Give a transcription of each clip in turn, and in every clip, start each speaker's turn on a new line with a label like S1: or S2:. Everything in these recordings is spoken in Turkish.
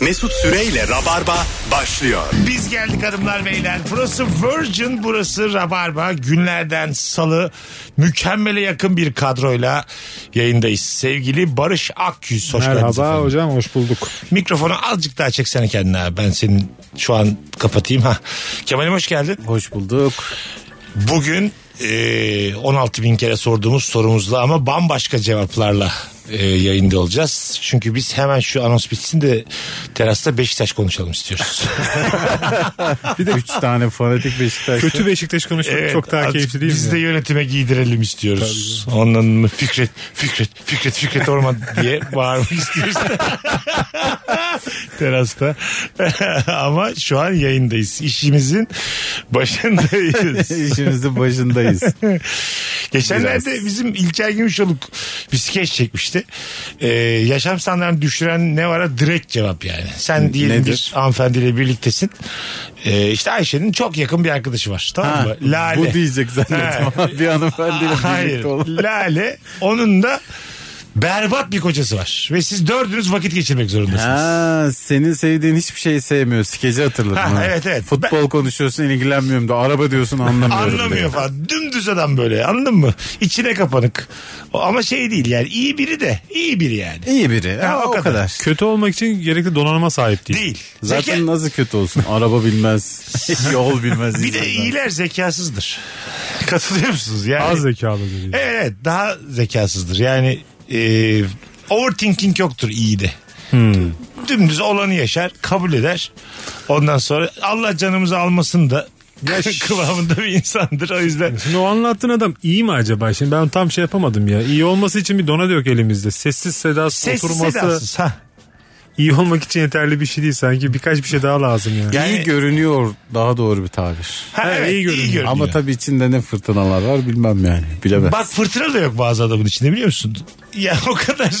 S1: Mesut Süreyle Rabarba başlıyor.
S2: Biz geldik hanımlar beyler. Burası Virgin, burası Rabarba. Günlerden salı mükemmele yakın bir kadroyla yayındayız. Sevgili Barış Akyüz. Hoş geldiniz
S3: Merhaba
S2: efendim.
S3: hocam hoş bulduk.
S2: Mikrofonu azıcık daha çeksene kendine abi. Ben senin şu an kapatayım. ha. Kemal'im hoş geldin.
S3: Hoş bulduk.
S2: Bugün e, 16 bin kere sorduğumuz sorumuzla ama bambaşka cevaplarla e, yayında olacağız. Çünkü biz hemen şu anons bitsin de terasta Beşiktaş konuşalım istiyoruz.
S3: Bir de 3 tane fanatik Beşiktaş.
S4: Kötü Beşiktaş konuşmak
S2: Evet,
S4: çok daha
S2: azıcık
S4: keyifli değil
S2: Biz
S4: mi?
S2: de yönetime giydirelim istiyoruz. Ondan mı Fikret, Fikret, Fikret, Fikret Orman diye bağırmak istiyoruz. Terasta. Ama şu an yayındayız. İşimizin başındayız.
S3: İşimizin başındayız.
S2: Geçenlerde bizim İlker Gümüşoluk bir skeç çekmişti. Ee, yaşam standartını düşüren ne vara direkt cevap yani. Sen diyelim
S3: Nedir?
S2: bir hanımefendiyle birliktesin. Ee, işte Ayşe'nin çok yakın bir arkadaşı var. Tamam mı? Lale.
S3: Bu diyecek zannettim.
S2: Ha.
S3: bir hanımefendiyle
S2: Hayır.
S3: birlikte olan.
S2: Lale onun da berbat bir kocası var. Ve siz dördünüz vakit geçirmek zorundasınız.
S3: Ha, senin sevdiğin hiçbir şeyi sevmiyor. Skeci hatırladım.
S2: Ha,
S3: ha.
S2: evet, evet.
S3: Futbol konuşuyorsun ilgilenmiyorum da araba diyorsun anlamıyorum.
S2: Anlamıyor
S3: diyor.
S2: falan. Dümdüz adam böyle anladın mı? İçine kapanık. O- Ama şey değil yani iyi biri de iyi biri yani.
S3: İyi biri.
S2: Ha,
S3: Ha,
S2: o
S3: o,
S2: kadar.
S3: kadar.
S4: Kötü olmak için gerekli donanıma sahip değil.
S2: Değil.
S3: Zaten
S2: Zeka-
S3: nasıl kötü olsun? Araba bilmez, yol bilmez.
S2: bir de
S3: insanlar.
S2: iyiler zekasızdır. Katılıyor musunuz? Yani,
S4: Az zekalı değil.
S2: Evet, evet daha zekasızdır. Yani e, overthinking yoktur iyi de.
S3: Hmm.
S2: Dümdüz olanı yaşar, kabul eder. Ondan sonra Allah canımızı almasın da kıvamında bir insandır. O yüzden
S4: Şimdi o anlattığın adam iyi mi acaba? Şimdi ben tam şey yapamadım ya. İyi olması için bir dona yok elimizde. Sessiz sedasız
S2: sessiz
S4: oturması
S2: sedasız. Ha.
S4: iyi olmak için yeterli bir şey değil sanki. Birkaç bir şey daha lazım yani.
S3: İyi görünüyor daha doğru bir tabir.
S2: Ha,
S4: Ha,
S2: evet, iyi
S4: iyi
S2: görünüyor.
S4: görünüyor.
S3: Ama tabii içinde ne fırtınalar var bilmem yani. Bilemez.
S2: Bak fırtına da yok bazı adamın içinde biliyor musun? Ya o kadar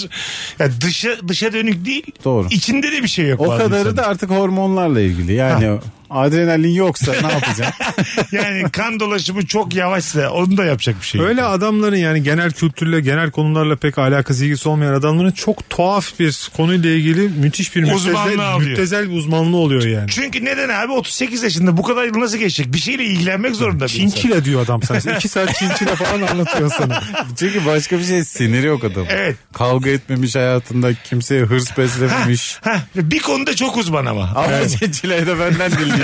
S2: ya dışa dışa dönük değil.
S3: Doğru.
S2: İçinde de bir şey yok.
S3: O
S2: bazı
S3: kadarı
S2: insanın.
S3: da artık hormonlarla ilgili. Yani adrenalin yoksa ne yapacaksın?
S2: Yani kan dolaşımı çok yavaşsa onu da yapacak bir şey yok.
S4: Öyle adamların yani genel kültürle, genel konularla pek alakası ilgisi olmayan adamların çok tuhaf bir konuyla ilgili müthiş bir
S2: Uzmanlığı
S4: müptezel,
S2: alıyor.
S4: müptezel bir uzmanlığı oluyor yani.
S2: Çünkü neden abi 38 yaşında bu kadar yıl nasıl geçecek? Bir şeyle ilgilenmek zorunda bir insan.
S4: Çinçile diyor adam sana. İki saat çinçile falan anlatıyor sana.
S3: Çünkü başka bir şey siniri yok adamın.
S2: Evet.
S3: Kavga etmemiş hayatında kimseye hırs beslememiş.
S2: Heh, bir konuda çok uzman ama. şey,
S3: Ama Cecile'yi de benden dinleyeceğim.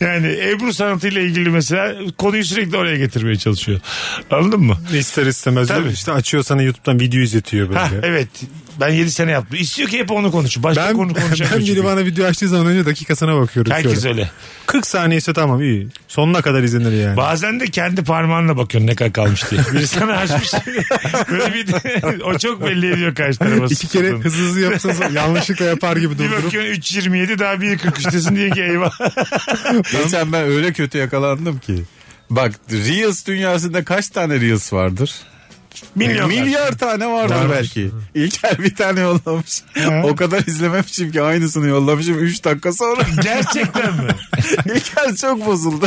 S2: Yani Ebru sanatıyla ilgili mesela konuyu sürekli oraya getirmeye çalışıyor. Anladın mı?
S4: İster istemez
S2: Tabii.
S4: işte açıyor sana YouTube'dan video izletiyor böyle.
S2: Heh, evet. Ben 7 sene yaptım. İstiyor ki hep onu konuşun. Başka
S4: Ben,
S2: konu
S4: ben
S2: konuşamıyor. çünkü.
S4: biri bana video açtığı zaman önce dakikasına bakıyorum.
S2: Herkes
S4: şöyle.
S2: öyle.
S4: 40 saniye ise tamam iyi. Sonuna kadar izlenir yani.
S2: Bazen de kendi parmağınla bakıyorsun ne kadar kalmış diye. Biri sana açmış. Böyle bir o çok belli ediyor karşı tarafa.
S4: İki kere
S2: Sıkıldığını.
S4: hızlı hızlı yapsanız yanlışlıkla yapar gibi
S2: Bir
S4: durdurup.
S2: bakıyorsun 3.27 daha 1.43'tesin diye ki eyvah.
S3: Geçen ben öyle kötü yakalandım ki. Bak Reels dünyasında kaç tane Reels vardır?
S2: Milyonlar.
S3: Milyar tane vardır
S4: Vardır.
S3: belki. İlker bir tane yollamış. o kadar izlememişim ki aynısını yollamışım 3 dakika sonra.
S2: Gerçekten mi?
S3: İlker çok bozuldu.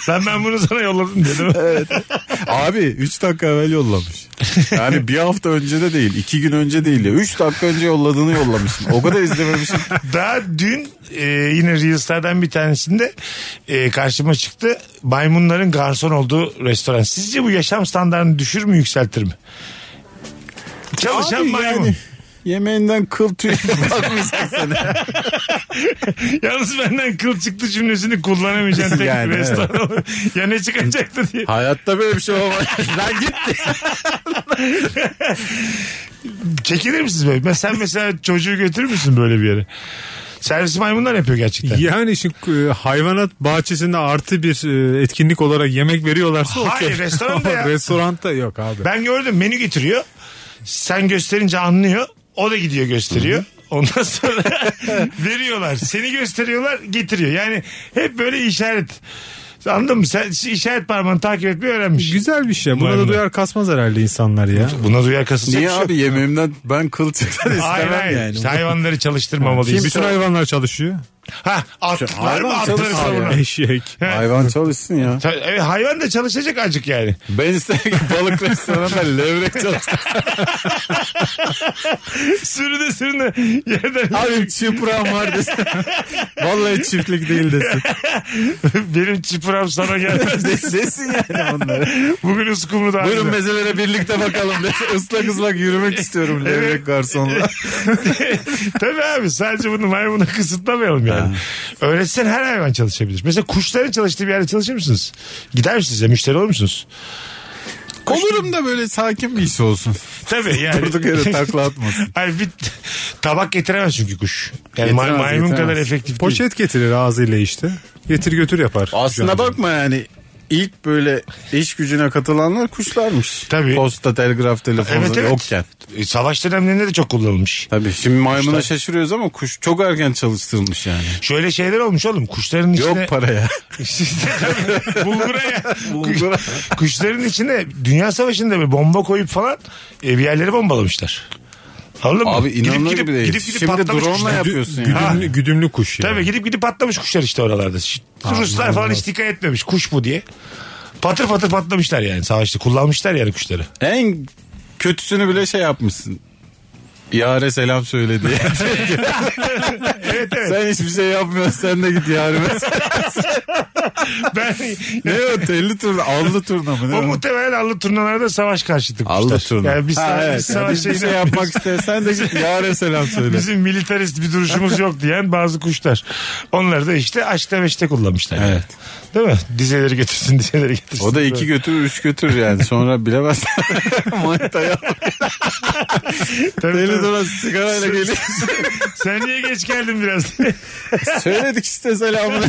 S2: Sen ben bunu sana yolladım dedim.
S3: Abi 3 dakika evvel yollamış. Yani bir hafta önce de değil, 2 gün önce değil. 3 dakika önce yolladığını yollamışsın. O kadar izlememişim.
S2: Daha dün e, yine Reels'lerden bir tanesinde e, karşıma çıktı. Maymunların garson olduğu restoran. Sizce bu yaşam standartını düşür mü yükseltir mi? Çalışan
S3: Abi
S2: maymun.
S3: yani yemeğinden kıl tüy bakmışsın seni.
S2: Yalnız benden kıl çıktı cümlesini kullanamayacaksın tek
S3: Yani,
S2: bir
S3: evet.
S2: restoran. olur. ya ne çıkacaktı diye.
S3: Hayatta böyle bir şey olmaz. Lan git.
S2: Çekilir misiniz böyle? Ben, sen mesela çocuğu götürür müsün böyle bir yere? Servis maymunlar yapıyor gerçekten.
S4: Yani şimdi e, hayvanat bahçesinde artı bir e, etkinlik olarak yemek veriyorlarsa
S2: Hayır,
S4: okey.
S2: restoranda
S4: Ama
S2: ya.
S4: Restoranda yok abi.
S2: Ben gördüm menü getiriyor. Sen gösterince anlıyor. O da gidiyor gösteriyor. Ondan sonra veriyorlar. Seni gösteriyorlar getiriyor. Yani hep böyle işaret. Anladın mı? Sen işaret parmağını takip etmeyi öğrenmiş.
S4: Güzel bir şey. Buna
S2: Maymunlar.
S4: da duyar kasmaz herhalde insanlar ya.
S2: Buna duyar kasılacak
S3: Niye
S2: bir şey yok.
S3: abi yemeğimden ben kıl tüyden istemem
S2: Hayır hayır.
S3: yani.
S2: İşte hayvanları çalıştırmamalıyız.
S4: Bütün hayvanlar çalışıyor.
S2: Ha attılar
S3: hayvan
S2: mı atları
S3: çalışsın
S2: savunan.
S4: Eşek.
S3: Hayvan çalışsın ya.
S2: Ta- evet, hayvan da çalışacak acık yani.
S3: Ben isterim ki balık restoranda levrek çalışsın.
S2: Sürüne sürüne yerden.
S3: Abi çıpram var desin. Vallahi çiftlik değil desin.
S2: Benim çıpram sana gelmez.
S3: De- desin yani onlara.
S2: Bugün uskumruda.
S3: Buyurun mezelere birlikte bakalım desin. Islak ıslak yürümek istiyorum levrek garsonla.
S2: Tabii abi sadece bunu maymuna kısıtlamayalım yani. Öğretsen her hayvan çalışabilir. Mesela kuşların çalıştığı bir yerde çalışır mısınız? Gider misiniz ya müşteri olur musunuz?
S3: Olurum da böyle sakin bir iş olsun.
S2: Tabii yani.
S3: Durduk yere takla atmasın.
S2: Ay bir tabak getiremez çünkü kuş. Yani ma-
S3: Getiremez,
S2: maymun
S3: getiremez.
S2: kadar efektif değil.
S4: Poşet getirir ağzıyla işte. Getir götür yapar.
S3: Aslına bakma yani ilk böyle iş gücüne katılanlar kuşlarmış.
S2: Tabii.
S3: Posta, telgraf, telefon
S2: Evet, evet.
S3: yokken.
S2: E, Savaş dönemlerinde de çok kullanılmış.
S3: Tabii şimdi maymuna şaşırıyoruz ama kuş çok erken çalıştırılmış yani.
S2: Şöyle şeyler olmuş oğlum. Kuşların içine...
S3: Yok paraya.
S2: İşte tabii, Bulgura ya. Kuş- Kuşların içine Dünya Savaşı'nda bir bomba koyup falan e, bir yerleri bombalamışlar. Anladın mı?
S3: Abi inanılır gibi değil.
S2: Gidip gidip
S3: Şimdi
S2: patlamış
S3: drone
S2: kuşlar.
S3: ile yapıyorsun yani.
S4: Güdümlü, güdümlü kuş yani.
S2: Tabii gidip gidip patlamış kuşlar işte oralarda. Şi- Ruslar falan hiç dikkat etmemiş kuş bu diye. Patır patır patlamışlar yani savaşta. Kullanmışlar yani kuşları.
S3: En kötüsünü bile şey yapmışsın. Yare selam söyle diye.
S2: Evet evet.
S3: sen hiçbir şey yapmıyorsun sen de git yarime.
S2: Ben,
S3: ne o telli turna allı turna mı? Ne
S2: o
S3: o?
S2: muhtemelen allı turnalarda savaş karşıtı kuşlar.
S3: Allı turna.
S2: Yani biz,
S3: Ha,
S2: savaş-
S3: evet.
S2: biz savaş
S3: Yani bir şey
S2: şeyini-
S3: yapmak istersen de git yare selam söyle.
S2: Bizim militarist bir duruşumuz yok diyen bazı kuşlar. Onlar da işte açta beşte kullanmışlar. yani.
S3: Evet.
S2: Değil mi? Dizeleri götürsün, dizeleri götürsün.
S3: O da iki götürür üç götür yani sonra bilemez. Manitaya
S2: Tabii,
S3: deli
S2: tabii.
S3: duran sigarayla geliyor.
S2: Sen niye geç geldin biraz?
S3: Söyledik işte selamını.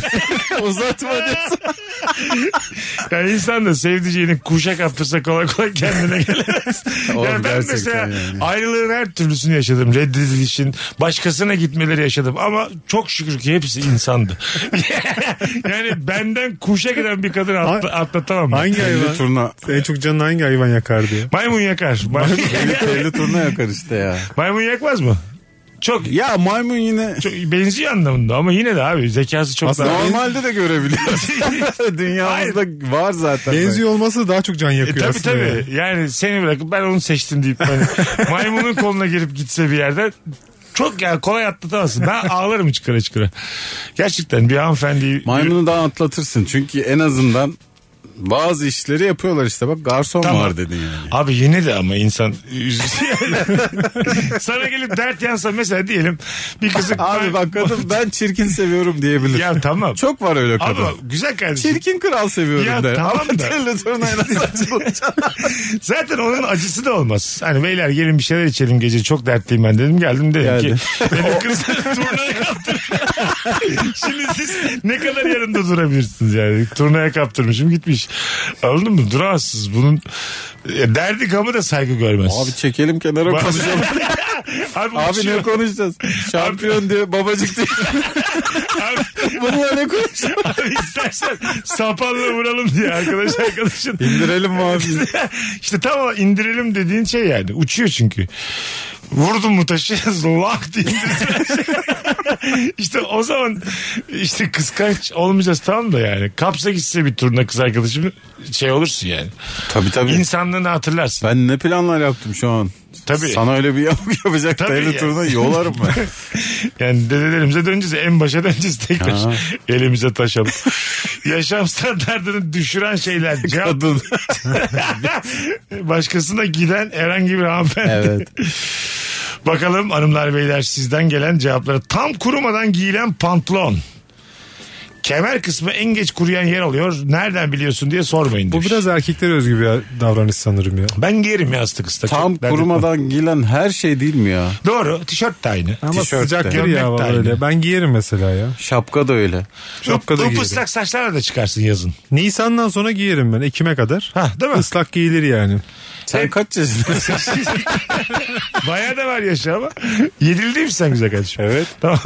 S3: Uzatma diyorsun.
S2: yani insan da sevdiceğini kuşa kaptırsa kolay kolay kendine gelemez.
S3: Oğlum
S2: yani ben
S3: gerçekten
S2: mesela
S3: yani.
S2: ayrılığın her türlüsünü yaşadım. Reddedilişin, başkasına gitmeleri yaşadım. Ama çok şükür ki hepsi insandı. yani benden kuşa giden bir kadın atla- atlatamam. ben.
S4: Hangi hayvan?
S3: Telli turna.
S4: En çok canını hangi hayvan yakar diye.
S2: Maymun yakar. Maymun,
S3: Telli turna yakar işte ya.
S2: maymun yakmaz mı? Çok
S3: Ya maymun yine
S2: Çok benziyor anlamında ama yine de abi zekası çok
S4: Aslında
S2: daha...
S3: normalde de görebiliyoruz. Dünyamızda var zaten.
S4: Benziyor olması daha çok can
S2: E,
S4: yakıyor
S2: tabii
S4: aslında.
S2: tabii. Yani seni bırakıp ben onu seçtim deyip hani maymunun koluna girip gitse bir yerden çok ya kolay atlatamazsın. Ben ağlarım çıkara çıkara. Gerçekten bir hanımefendi
S3: Maymunu daha atlatırsın çünkü en azından bazı işleri yapıyorlar işte bak garson
S2: Tamam.
S3: var dedin yani.
S2: Abi yine de ama insan sana gelip dert yansa mesela diyelim bir kızın
S3: Abi bak kadın ben çirkin seviyorum diyebilir.
S2: ya tamam.
S3: Çok var öyle
S2: Abi
S3: kadın.
S2: güzel kardeşim.
S3: Çirkin kral seviyorum
S2: Ya
S3: der.
S2: tamam
S3: Ama
S2: da.
S3: telli turnayla saçmalayacak.
S2: Zaten onun acısı da olmaz. Hani beyler gelin bir şeyler içelim gece çok dertliyim ben dedim geldim dedim
S3: Geldi.
S2: ki. Benim kızım turnaya kaptır. Şimdi siz ne kadar yanında durabilirsiniz yani. Turnaya kaptırmışım gitmiş. Anladın mı? Duramazsınız. Bunun e, derdi gamı da saygı görmez.
S3: Abi çekelim kenara
S2: Bak-
S3: konuşalım.
S2: Abi,
S3: Abi
S2: uçuyor.
S3: ne konuşacağız? Şampiyon diyor babacık diyor.
S2: Abi-
S3: Bunlar ne konuşacağız?
S2: Abi istersen sapanla vuralım diye arkadaş arkadaşın.
S3: İndirelim mi abi?
S2: işte tam o indirelim dediğin şey yani. Uçuyor çünkü. Vurdun mu taşı lak diye işte o zaman işte kıskanç olmayacağız tamam da yani. Kapsa gitse bir turuna kız arkadaşım şey olursun yani.
S3: Tabii tabii.
S2: İnsanlığını hatırlarsın.
S3: Ben ne planlar yaptım şu an?
S2: Tabii.
S3: Sana öyle bir yapıp yapacak
S2: Tabii
S3: telli
S2: ya.
S3: turuna yolarım ben.
S2: Yani dedelerimize döneceğiz. En başa döneceğiz tekrar.
S3: Ha.
S2: Elimize taş alıp. Yaşam standartını düşüren şeyler. Cevap
S3: Kadın.
S2: Başkasına giden herhangi bir hanımefendi.
S3: Evet.
S2: Bakalım hanımlar beyler sizden gelen cevaplara. Tam kurumadan giyilen pantolon. Kemer kısmı en geç kuruyan yer oluyor. Nereden biliyorsun diye sormayın
S4: Bu
S2: demiş.
S4: biraz erkekler özgü bir davranış sanırım ya.
S2: Ben giyerim ya ıslık ıslık.
S3: Tam
S2: Çok derdim.
S3: kurumadan giyilen her şey değil mi ya?
S2: Doğru tişört de aynı.
S4: Ama
S3: Tişört de.
S4: sıcak gir
S2: Gömlek
S4: ya
S2: de
S4: valla
S2: aynı.
S4: öyle. Ben giyerim mesela ya.
S3: Şapka da öyle.
S4: Şapka da
S2: Up-
S4: giyerim.
S2: ıslak saçlarla da çıkarsın yazın.
S4: Nisan'dan sonra giyerim ben. Ekim'e kadar.
S2: Ha, değil mi?
S4: Islak giyilir yani.
S3: Sen kaç yaşındasın?
S2: Bayağı da var yaşı ama. Yedildi mi sen güzel kardeşim? Evet. Tamam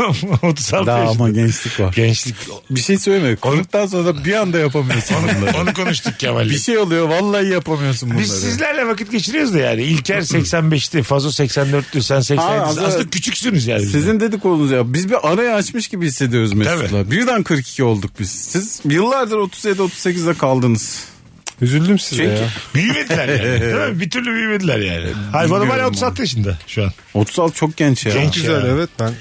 S2: 36
S3: Daha
S2: yaşında.
S3: ama gençlik var.
S2: Gençlik.
S3: Bir şey söyleme. Konuktan sonra bir anda yapamıyorsun bunları.
S2: Onu konuştuk Kemal'le.
S3: bir şey oluyor vallahi yapamıyorsun bunları.
S2: Biz sizlerle vakit geçiriyoruz da yani. İlker 85'ti, Fazo 84'tü, sen 87'sin.
S3: Ha,
S2: Aslında,
S3: aslında-
S2: küçüksünüz yani.
S3: Sizin dedikodunuz ya. Biz bir arayı açmış gibi hissediyoruz Mesut'la.
S2: Tabii.
S3: Birden 42 olduk biz. Siz yıllardır 37-38'de kaldınız.
S4: Üzüldüm size
S3: Çünkü-
S4: ya.
S2: Büyümediler yani. Değil mi? Bir türlü büyümediler yani. Hayvanım hala
S3: Bilmiyorum
S2: 36 yaşında şu an.
S3: 36 çok genç ya.
S2: Genç.
S4: Güzel
S2: Ya.
S4: evet ben.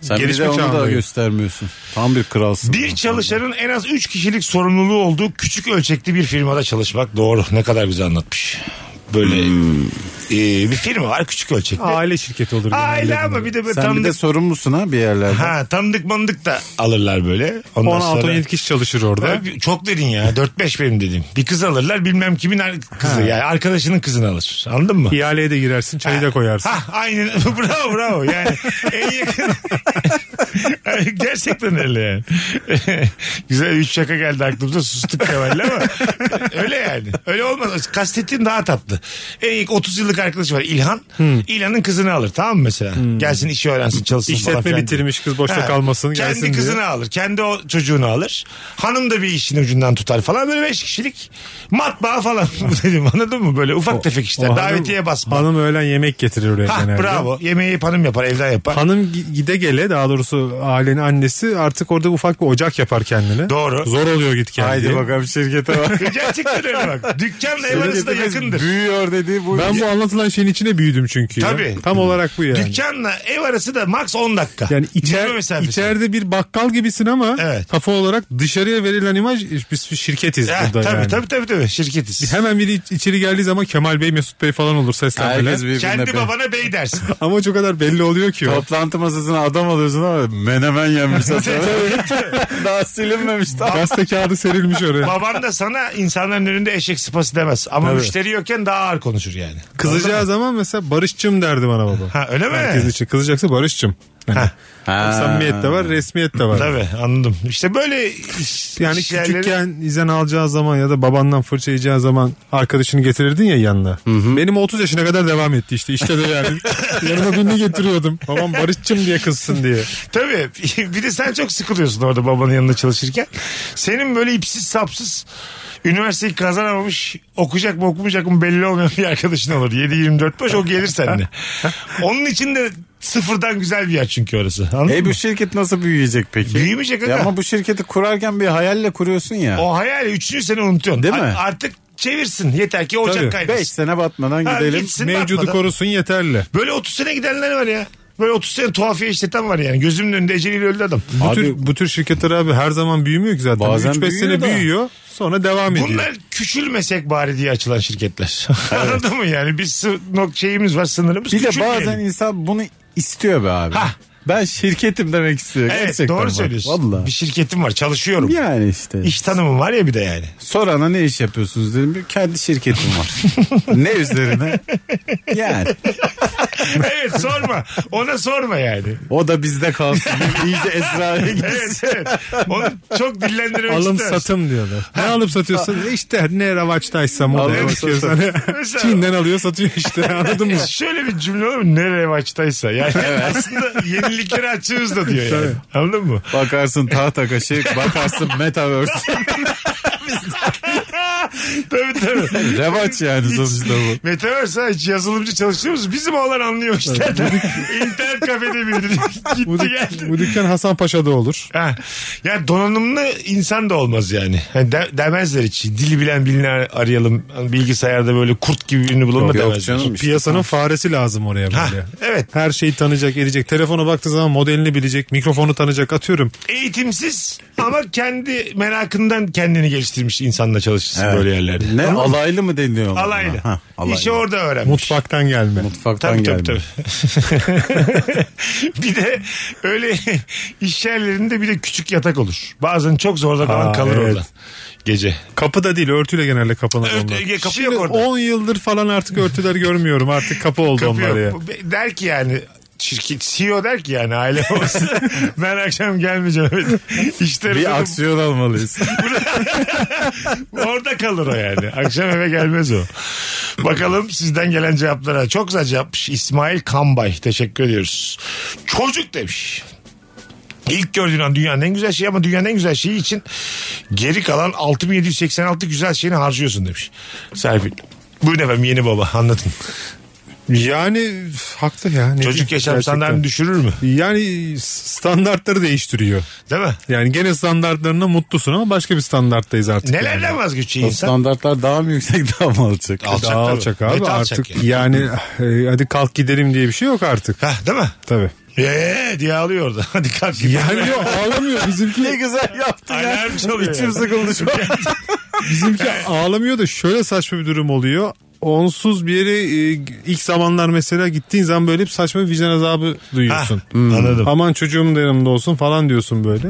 S3: Sen bir
S4: Gelişme
S3: de onu da
S4: çağındayım.
S3: göstermiyorsun. Tam bir kralsın.
S2: Bir çalışanın en az 3 kişilik sorumluluğu olduğu küçük ölçekli bir firmada çalışmak doğru. Ne kadar güzel anlatmış. Böyle
S3: Hmm.
S2: e, bir firma var küçük ölçekli.
S4: Aile şirketi olur.
S2: Aile
S4: genelde
S2: ama
S4: bunlar.
S2: bir de böyle
S3: Sen bir de
S2: tanıdık.
S3: sorumlusun ha bir yerlerde.
S2: Ha tanıdık mandık da alırlar böyle. Ondan sonra-
S4: 16-17 kişi çalışır orada.
S2: Abi Çok dedin ya. 4-5 benim dedim. Bir kız alırlar bilmem kimin ar- kızı. Yani arkadaşının kızını alır. Anladın mı?
S4: İhaleye de girersin çayı da koyarsın.
S2: Ha aynen. bravo bravo. Yani en yakın. Ay, Gerçekten öyle yani. Güzel üç şaka geldi aklımıza sustuk Kemal'le ama öyle yani. Öyle olmaz. Kastettiğin daha tatlı. En ilk 30 yıllık arkadaşı var İlhan.
S4: Hmm.
S2: İlhan'ın kızını alır tamam mı mesela? Gelsin işi öğrensin çalışsın falan.
S4: İşletme
S2: filan diye.
S4: bitirmiş kız boşta
S2: Ha,
S4: kalmasın
S2: Kendi
S4: gelsin diye.
S2: kızını alır. Kendi o çocuğunu alır. Hanım da bir işin ucundan tutar falan. Böyle beş kişilik matbaa falan dedim anladın mı? Böyle ufak tefek işler.
S4: O
S2: Davetiye
S4: hanım-
S2: basma.
S4: Hanım öğlen yemek getirir oraya
S2: Ha
S4: genelde.
S2: bravo. Yemeği hep hanım yapar, evden yapar.
S4: Hanım gi- gide gele daha doğrusu ailenin annesi artık orada ufak bir ocak yapar kendine.
S2: Doğru.
S4: Zor oluyor git kendi.
S3: Haydi bakalım şirkete bak.
S2: Gerçekten öyle bak. Dükkanla ev arası da
S3: Şirketimiz
S2: yakındır.
S3: Büyüyor dedi. Bu
S4: Ben bu anlatılan şeyin içine büyüdüm çünkü. ya.
S2: Tabii.
S4: Tam olarak bu yani.
S2: Dükkanla ev arası da max 10 dakika.
S4: Yani içer,
S2: Yürüme mesafesi.
S4: içeride bir bakkal gibisin ama
S2: Evet.
S4: kafa olarak dışarıya verilen imaj biz bir şirketiz
S2: Ha,
S4: burada
S2: tabii,
S4: yani.
S2: tabii tabii tabii şirketiz.
S4: Hemen biri iç- içeri geldiği zaman Kemal Bey, Mesut Bey falan olur seslenmeler.
S3: herkes birbirine
S2: Kendi
S3: be-
S2: babana bey dersin.
S4: Ama çok kadar belli oluyor ki. o.
S3: Toplantı masasına adam alıyorsun ama menemen yenmiş aslında. Daha silinmemiş tam.
S4: Gazete kağıdı serilmiş oraya.
S2: Baban da sana insanların önünde eşek sıpası demez. Ama müşteri yokken daha ağır konuşur yani.
S4: Kızacağı zaman mesela Barışçım derdi bana baba.
S2: Ha öyle mi?
S4: Herkesin için kızacaksa Barışçım. Yani
S2: Ha.
S4: Samimiyet de var, resmiyet de var.
S2: Tabii anladım. İşte böyle iş-
S4: Yani
S2: iş yerleri-
S4: küçükken izen alacağı zaman ya da babandan fırça yiyeceği zaman arkadaşını getirirdin ya yanına. Benim 30 yaşına kadar devam etti işte. İşte de yani. Yanıma birini getiriyordum. Babam Barışçım diye kızsın diye.
S2: Tabii. Bir de sen çok sıkılıyorsun orada babanın yanında çalışırken. Senin böyle ipsiz sapsız üniversiteyi kazanamamış okuyacak mı okumayacak mı belli olmayan bir arkadaşın olur. 7-24 boş o gelir seninle. Onun için de sıfırdan güzel bir yer çünkü orası. Anladın
S3: E
S2: mı?
S3: bu şirket nasıl büyüyecek peki?
S2: Büyümeyecek
S3: Ya
S2: aga.
S3: ama bu şirketi kurarken bir hayalle kuruyorsun ya.
S2: O hayali üçüncü sene unutuyorsun.
S3: Değil mi?
S2: A- artık çevirsin yeter ki ocak
S4: Tabii.
S2: kaynasın.
S3: 5 sene batmadan
S2: Ha,
S3: gidelim.
S2: gitsin
S4: Mevcudu
S2: batmadan.
S4: korusun yeterli.
S2: Böyle 30 sene gidenler var ya. Böyle 30 sene tuhafiye işleten var yani. Gözümün önünde eceliyle öldü adam.
S4: Bu
S3: Abi-
S4: tür, bu tür şirketler abi her zaman büyümüyor ki zaten.
S3: Bazen
S4: 3-5 sene
S3: büyüyor da.
S4: büyüyor sonra devam ediyor.
S2: Bunlar küçülmesek bari diye açılan şirketler. Anladın mı yani? Biz sı- nok şeyimiz var sınırımız.
S3: Bir de
S2: Küçülmeyelim.
S3: bazen insan bunu istiyor be abi.
S2: Hah.
S3: Ben şirketim demek istiyor.
S2: Evet
S3: Gerçekten
S2: doğru
S3: bak.
S2: söylüyorsun.
S3: Vallahi.
S2: Bir şey- şirketim var çalışıyorum.
S3: Yani işte.
S2: İş tanımım var ya bir de yani.
S3: Sorana ne iş yapıyorsunuz dedim. Bir Kendi şirketim var. ne üzerine? Yani.
S2: evet sorma. Ona sorma yani.
S3: O da bizde kalsın. İyice esrare
S2: Evet evet. Onu çok dillendirmek
S4: Alım
S2: istemez.
S4: satım diyorlar. Ne alıp satıyorsun? işte ne ravaçtaysam o
S3: Alım
S4: da
S3: satım.
S4: bakıyoruz. Hani
S2: Mesela-
S4: Çin'den alıyor satıyor işte anladın mı?
S2: E, Şöyle bir cümle olur mu? Nereye maçtaysa. Yani aslında yeniliklere açığız da diyor yani. Anladın mı?
S3: Bakarsın tahta kaşık, bakarsın metaverse.
S2: tabii tabii.
S3: Revaç yani sonuçta bu.
S2: Metaverse ha, hiç yazılımcı çalışıyor musun? Bizim oğlan anlıyor işte. İnternet kafede büyüdü.
S4: Bu,
S2: Gitti
S4: dük-
S2: geldi.
S4: bu dükkan Hasan Paşa'da olur.
S2: Ha. Ya donanımlı insan da olmaz yani. Hani de- demezler hiç. Dili bilen birini ar- arayalım. Hani Bilgisayarda böyle kurt gibi birini bulalım da
S3: Yok
S2: demezler.
S3: canım işte.
S4: Piyasanın faresi lazım oraya
S2: Ha,
S4: böyle.
S2: evet.
S4: Her şeyi tanıyacak, edecek. Telefona baktığı zaman modelini bilecek, mikrofonu tanıyacak atıyorum.
S2: Eğitimsiz ama kendi merakından kendini geliştirmiş insanla çalışırsın
S3: Evet.
S2: böyle yerlerde.
S3: Ne alaylı mı deniyor? ona?
S2: Alaylı.
S3: Ha, alaylı.
S2: İşi orada öğrenmiş.
S4: Mutfaktan gelme.
S3: Mutfaktan
S2: Tabii
S3: geldi.
S2: tabii, tabii. bir de öyle iş yerlerinde bir de küçük yatak olur. Bazen çok zorda falan
S4: Aa,
S2: kalır
S4: evet.
S2: orada. Gece.
S4: Kapıda değil, örtüyle genelde kapanır
S2: Ört-
S4: onlar.
S2: kapı yok
S4: Şimdi
S2: orada.
S4: 10 yıldır falan artık örtüler görmüyorum. Artık kapı oldu
S2: Kapı
S4: onlar
S2: yok.
S4: ya.
S2: Bu- Der ki yani şirket CEO der ki yani aile babası ben akşam gelmeyeceğim. Evet. İşte
S3: Bir aksiyon almalıyız.
S2: orada kalır o yani. Akşam eve gelmez o. Bakalım sizden gelen cevaplara. Çok güzel cevapmış. İsmail Kambay. Teşekkür ediyoruz. Çocuk demiş. İlk gördüğün an dünyanın en güzel şeyi ama dünyanın en güzel şeyi için geri kalan 6786 güzel şeyini harcıyorsun demiş. Serpil. Buyurun efendim yeni baba anlatın.
S4: Yani haklı ya. Ne
S2: Çocuk
S4: diyeyim,
S2: yaşam
S4: gerçekten.
S2: standartını düşürür mü?
S4: Yani standartları değiştiriyor.
S2: Değil mi?
S4: Yani gene standartlarına mutlusun ama başka bir standarttayız artık. yani.
S2: Nelerden vazgeçiyor
S3: O
S2: insan?
S3: standartlar daha mı yüksek daha mı alacak?
S2: Alçak
S4: Daha
S2: tabii.
S4: alçak abi
S2: Net alçak
S4: artık yani, e, hadi kalk gidelim diye bir şey yok artık.
S2: Hah değil mi?
S4: Tabii.
S2: Eee diye ağlıyor orada. Hadi kalk gidelim.
S4: Yani yok ağlamıyor
S3: Ne
S4: bizimki
S3: güzel yaptın ya.
S2: Alarm çalıyor.
S3: İçim sıkıldı şu an.
S4: bizimki ağlamıyor da şöyle saçma bir durum oluyor. Onsuz bir yere e, ilk zamanlar mesela gittiğin zaman böyle hep saçma bir vicdan azabı
S2: Hah,
S4: duyuyorsun.
S2: Anladım.
S4: Aman çocuğum da yanımda olsun falan diyorsun böyle.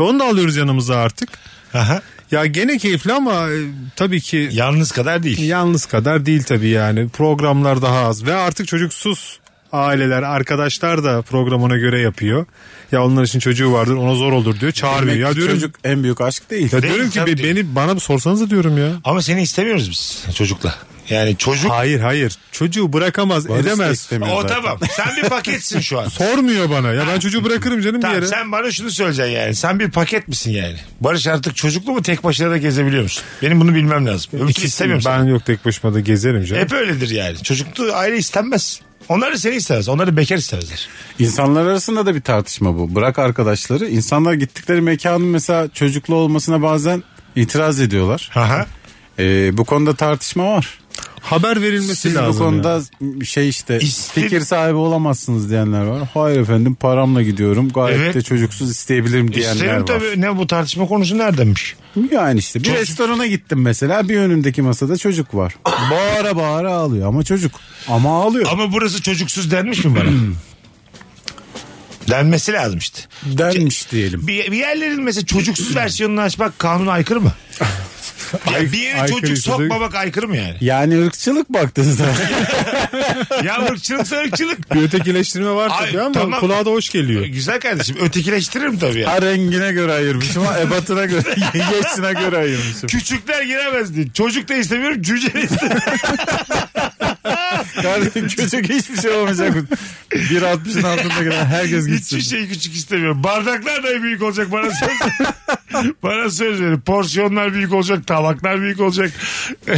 S4: E, onu da alıyoruz yanımıza artık.
S2: Aha.
S4: Ya gene keyifli ama e, tabii ki
S2: Yalnız kadar değil.
S4: Yalnız kadar değil tabii yani. Programlar daha az ve artık çocuksuz aileler, arkadaşlar da programına göre yapıyor. Ya onlar için çocuğu vardır, ona zor olur diyor. Çağırmıyor. Ya diyorum,
S3: Çocuk en büyük aşk değil.
S4: ya
S2: Değil,
S4: diyorum ki
S2: tabii
S4: be-
S2: değil.
S4: beni bana sorsanız da diyorum ya.
S2: Ama seni istemiyoruz biz çocukla. Yani çocuk
S4: Hayır hayır. Çocuğu bırakamaz,
S3: Barış da
S4: edemez.
S3: istemiyor
S2: o
S3: zaten.
S2: tamam. Sen bir paketsin şu an.
S4: Sormuyor bana. Ya ben çocuğu bırakırım canım bir
S2: Tamam
S4: yere.
S2: sen bana şunu söyleyeceksin yani. Sen bir paket misin yani? Barış artık çocuklu mu tek başına da gezebiliyor musun? Benim bunu bilmem lazım. Öbür türlü
S4: İkisi-
S2: istemiyorum
S4: ben
S2: seni.
S4: yok tek başıma da gezerim canım.
S2: Hep öyledir yani. Çocuklu aile istenmez. Onlar da seni istemez. Onlar da bekar istemezler.
S3: İnsanlar E, arasında da bir tartışma bu. Bırak arkadaşları. İnsanlar gittikleri mekanın mesela çocuklu olmasına bazen itiraz ediyorlar.
S2: Aha.
S3: Ee, bu konuda tartışma var.
S4: Haber verilmesi
S3: Siz bu
S4: lazım.
S3: konuda şey işte
S2: İste-
S3: fikir sahibi olamazsınız diyenler var. Hayır efendim paramla gidiyorum. Gayet
S2: Evet.
S3: de çocuksuz isteyebilirim diyenler
S2: İsterim
S3: var.
S2: tabii. Ne bu tartışma konusu şey? neredenmiş?
S3: Yani işte bir
S2: Çocuk-
S3: restorana gittim mesela bir önümdeki masada çocuk var. bağıra bağıra ağlıyor ama çocuk. Ama ağlıyor.
S2: Ama burası çocuksuz denmiş mi bana? Denmesi lazım işte.
S3: Denmiş diyelim.
S2: Bir, bir yerlerin mesela çocuksuz versiyonunu açmak kanuna aykırı mı? Ya bir yere
S4: aykırı
S2: çocuk
S4: işte de-
S2: sokmamak aykırı mı yani?
S3: Yani ırkçılık baktığınızda.
S2: ya ırkçılık ırkçılık.
S4: Bir ötekileştirme var
S2: Ay,
S4: tabii ama
S2: tamam.
S4: kulağa da hoş geliyor.
S2: Güzel kardeşim ötekileştiririm tabii ya.
S3: Ha rengine göre ayırmışım. Ha ebatına göre, yaşına göre ayırmışım.
S2: Küçükler giremez diye. Çocuk da istemiyorum, cüce de istemiyorum.
S3: Kardeşim çocuk hiçbir şey olmayacak. 1.60'ın altında giren herkes
S2: Hiçbir
S3: gitsin.
S2: şey küçük istemiyorum. Bardaklar da büyük olacak bana söz. bana söz verin. Porsiyonlar büyük olacak, tabaklar büyük olacak.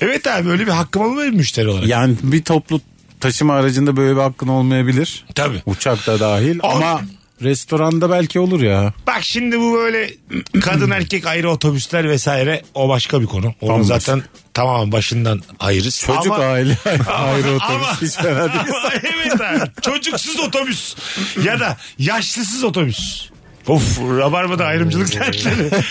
S2: evet abi öyle bir hakkım olmuyor mu müşteri olarak?
S3: Yani bir toplu taşıma aracında böyle bir hakkın olmayabilir.
S2: Tabii.
S3: Uçak da dahil ama restoranda belki olur ya.
S2: Bak şimdi bu böyle kadın erkek ayrı otobüsler vesaire o başka bir konu. Onu
S3: Bambaşka.
S2: zaten tamamen başından ayırız.
S3: Çocuk
S2: Ama-
S3: aile ayrı otobüs
S2: ama-
S3: hiç fena değil.
S2: Ama evet abi. Çocuksuz otobüs ya da yaşlısız otobüs. Of rabarbada ayrımcılık dertleri.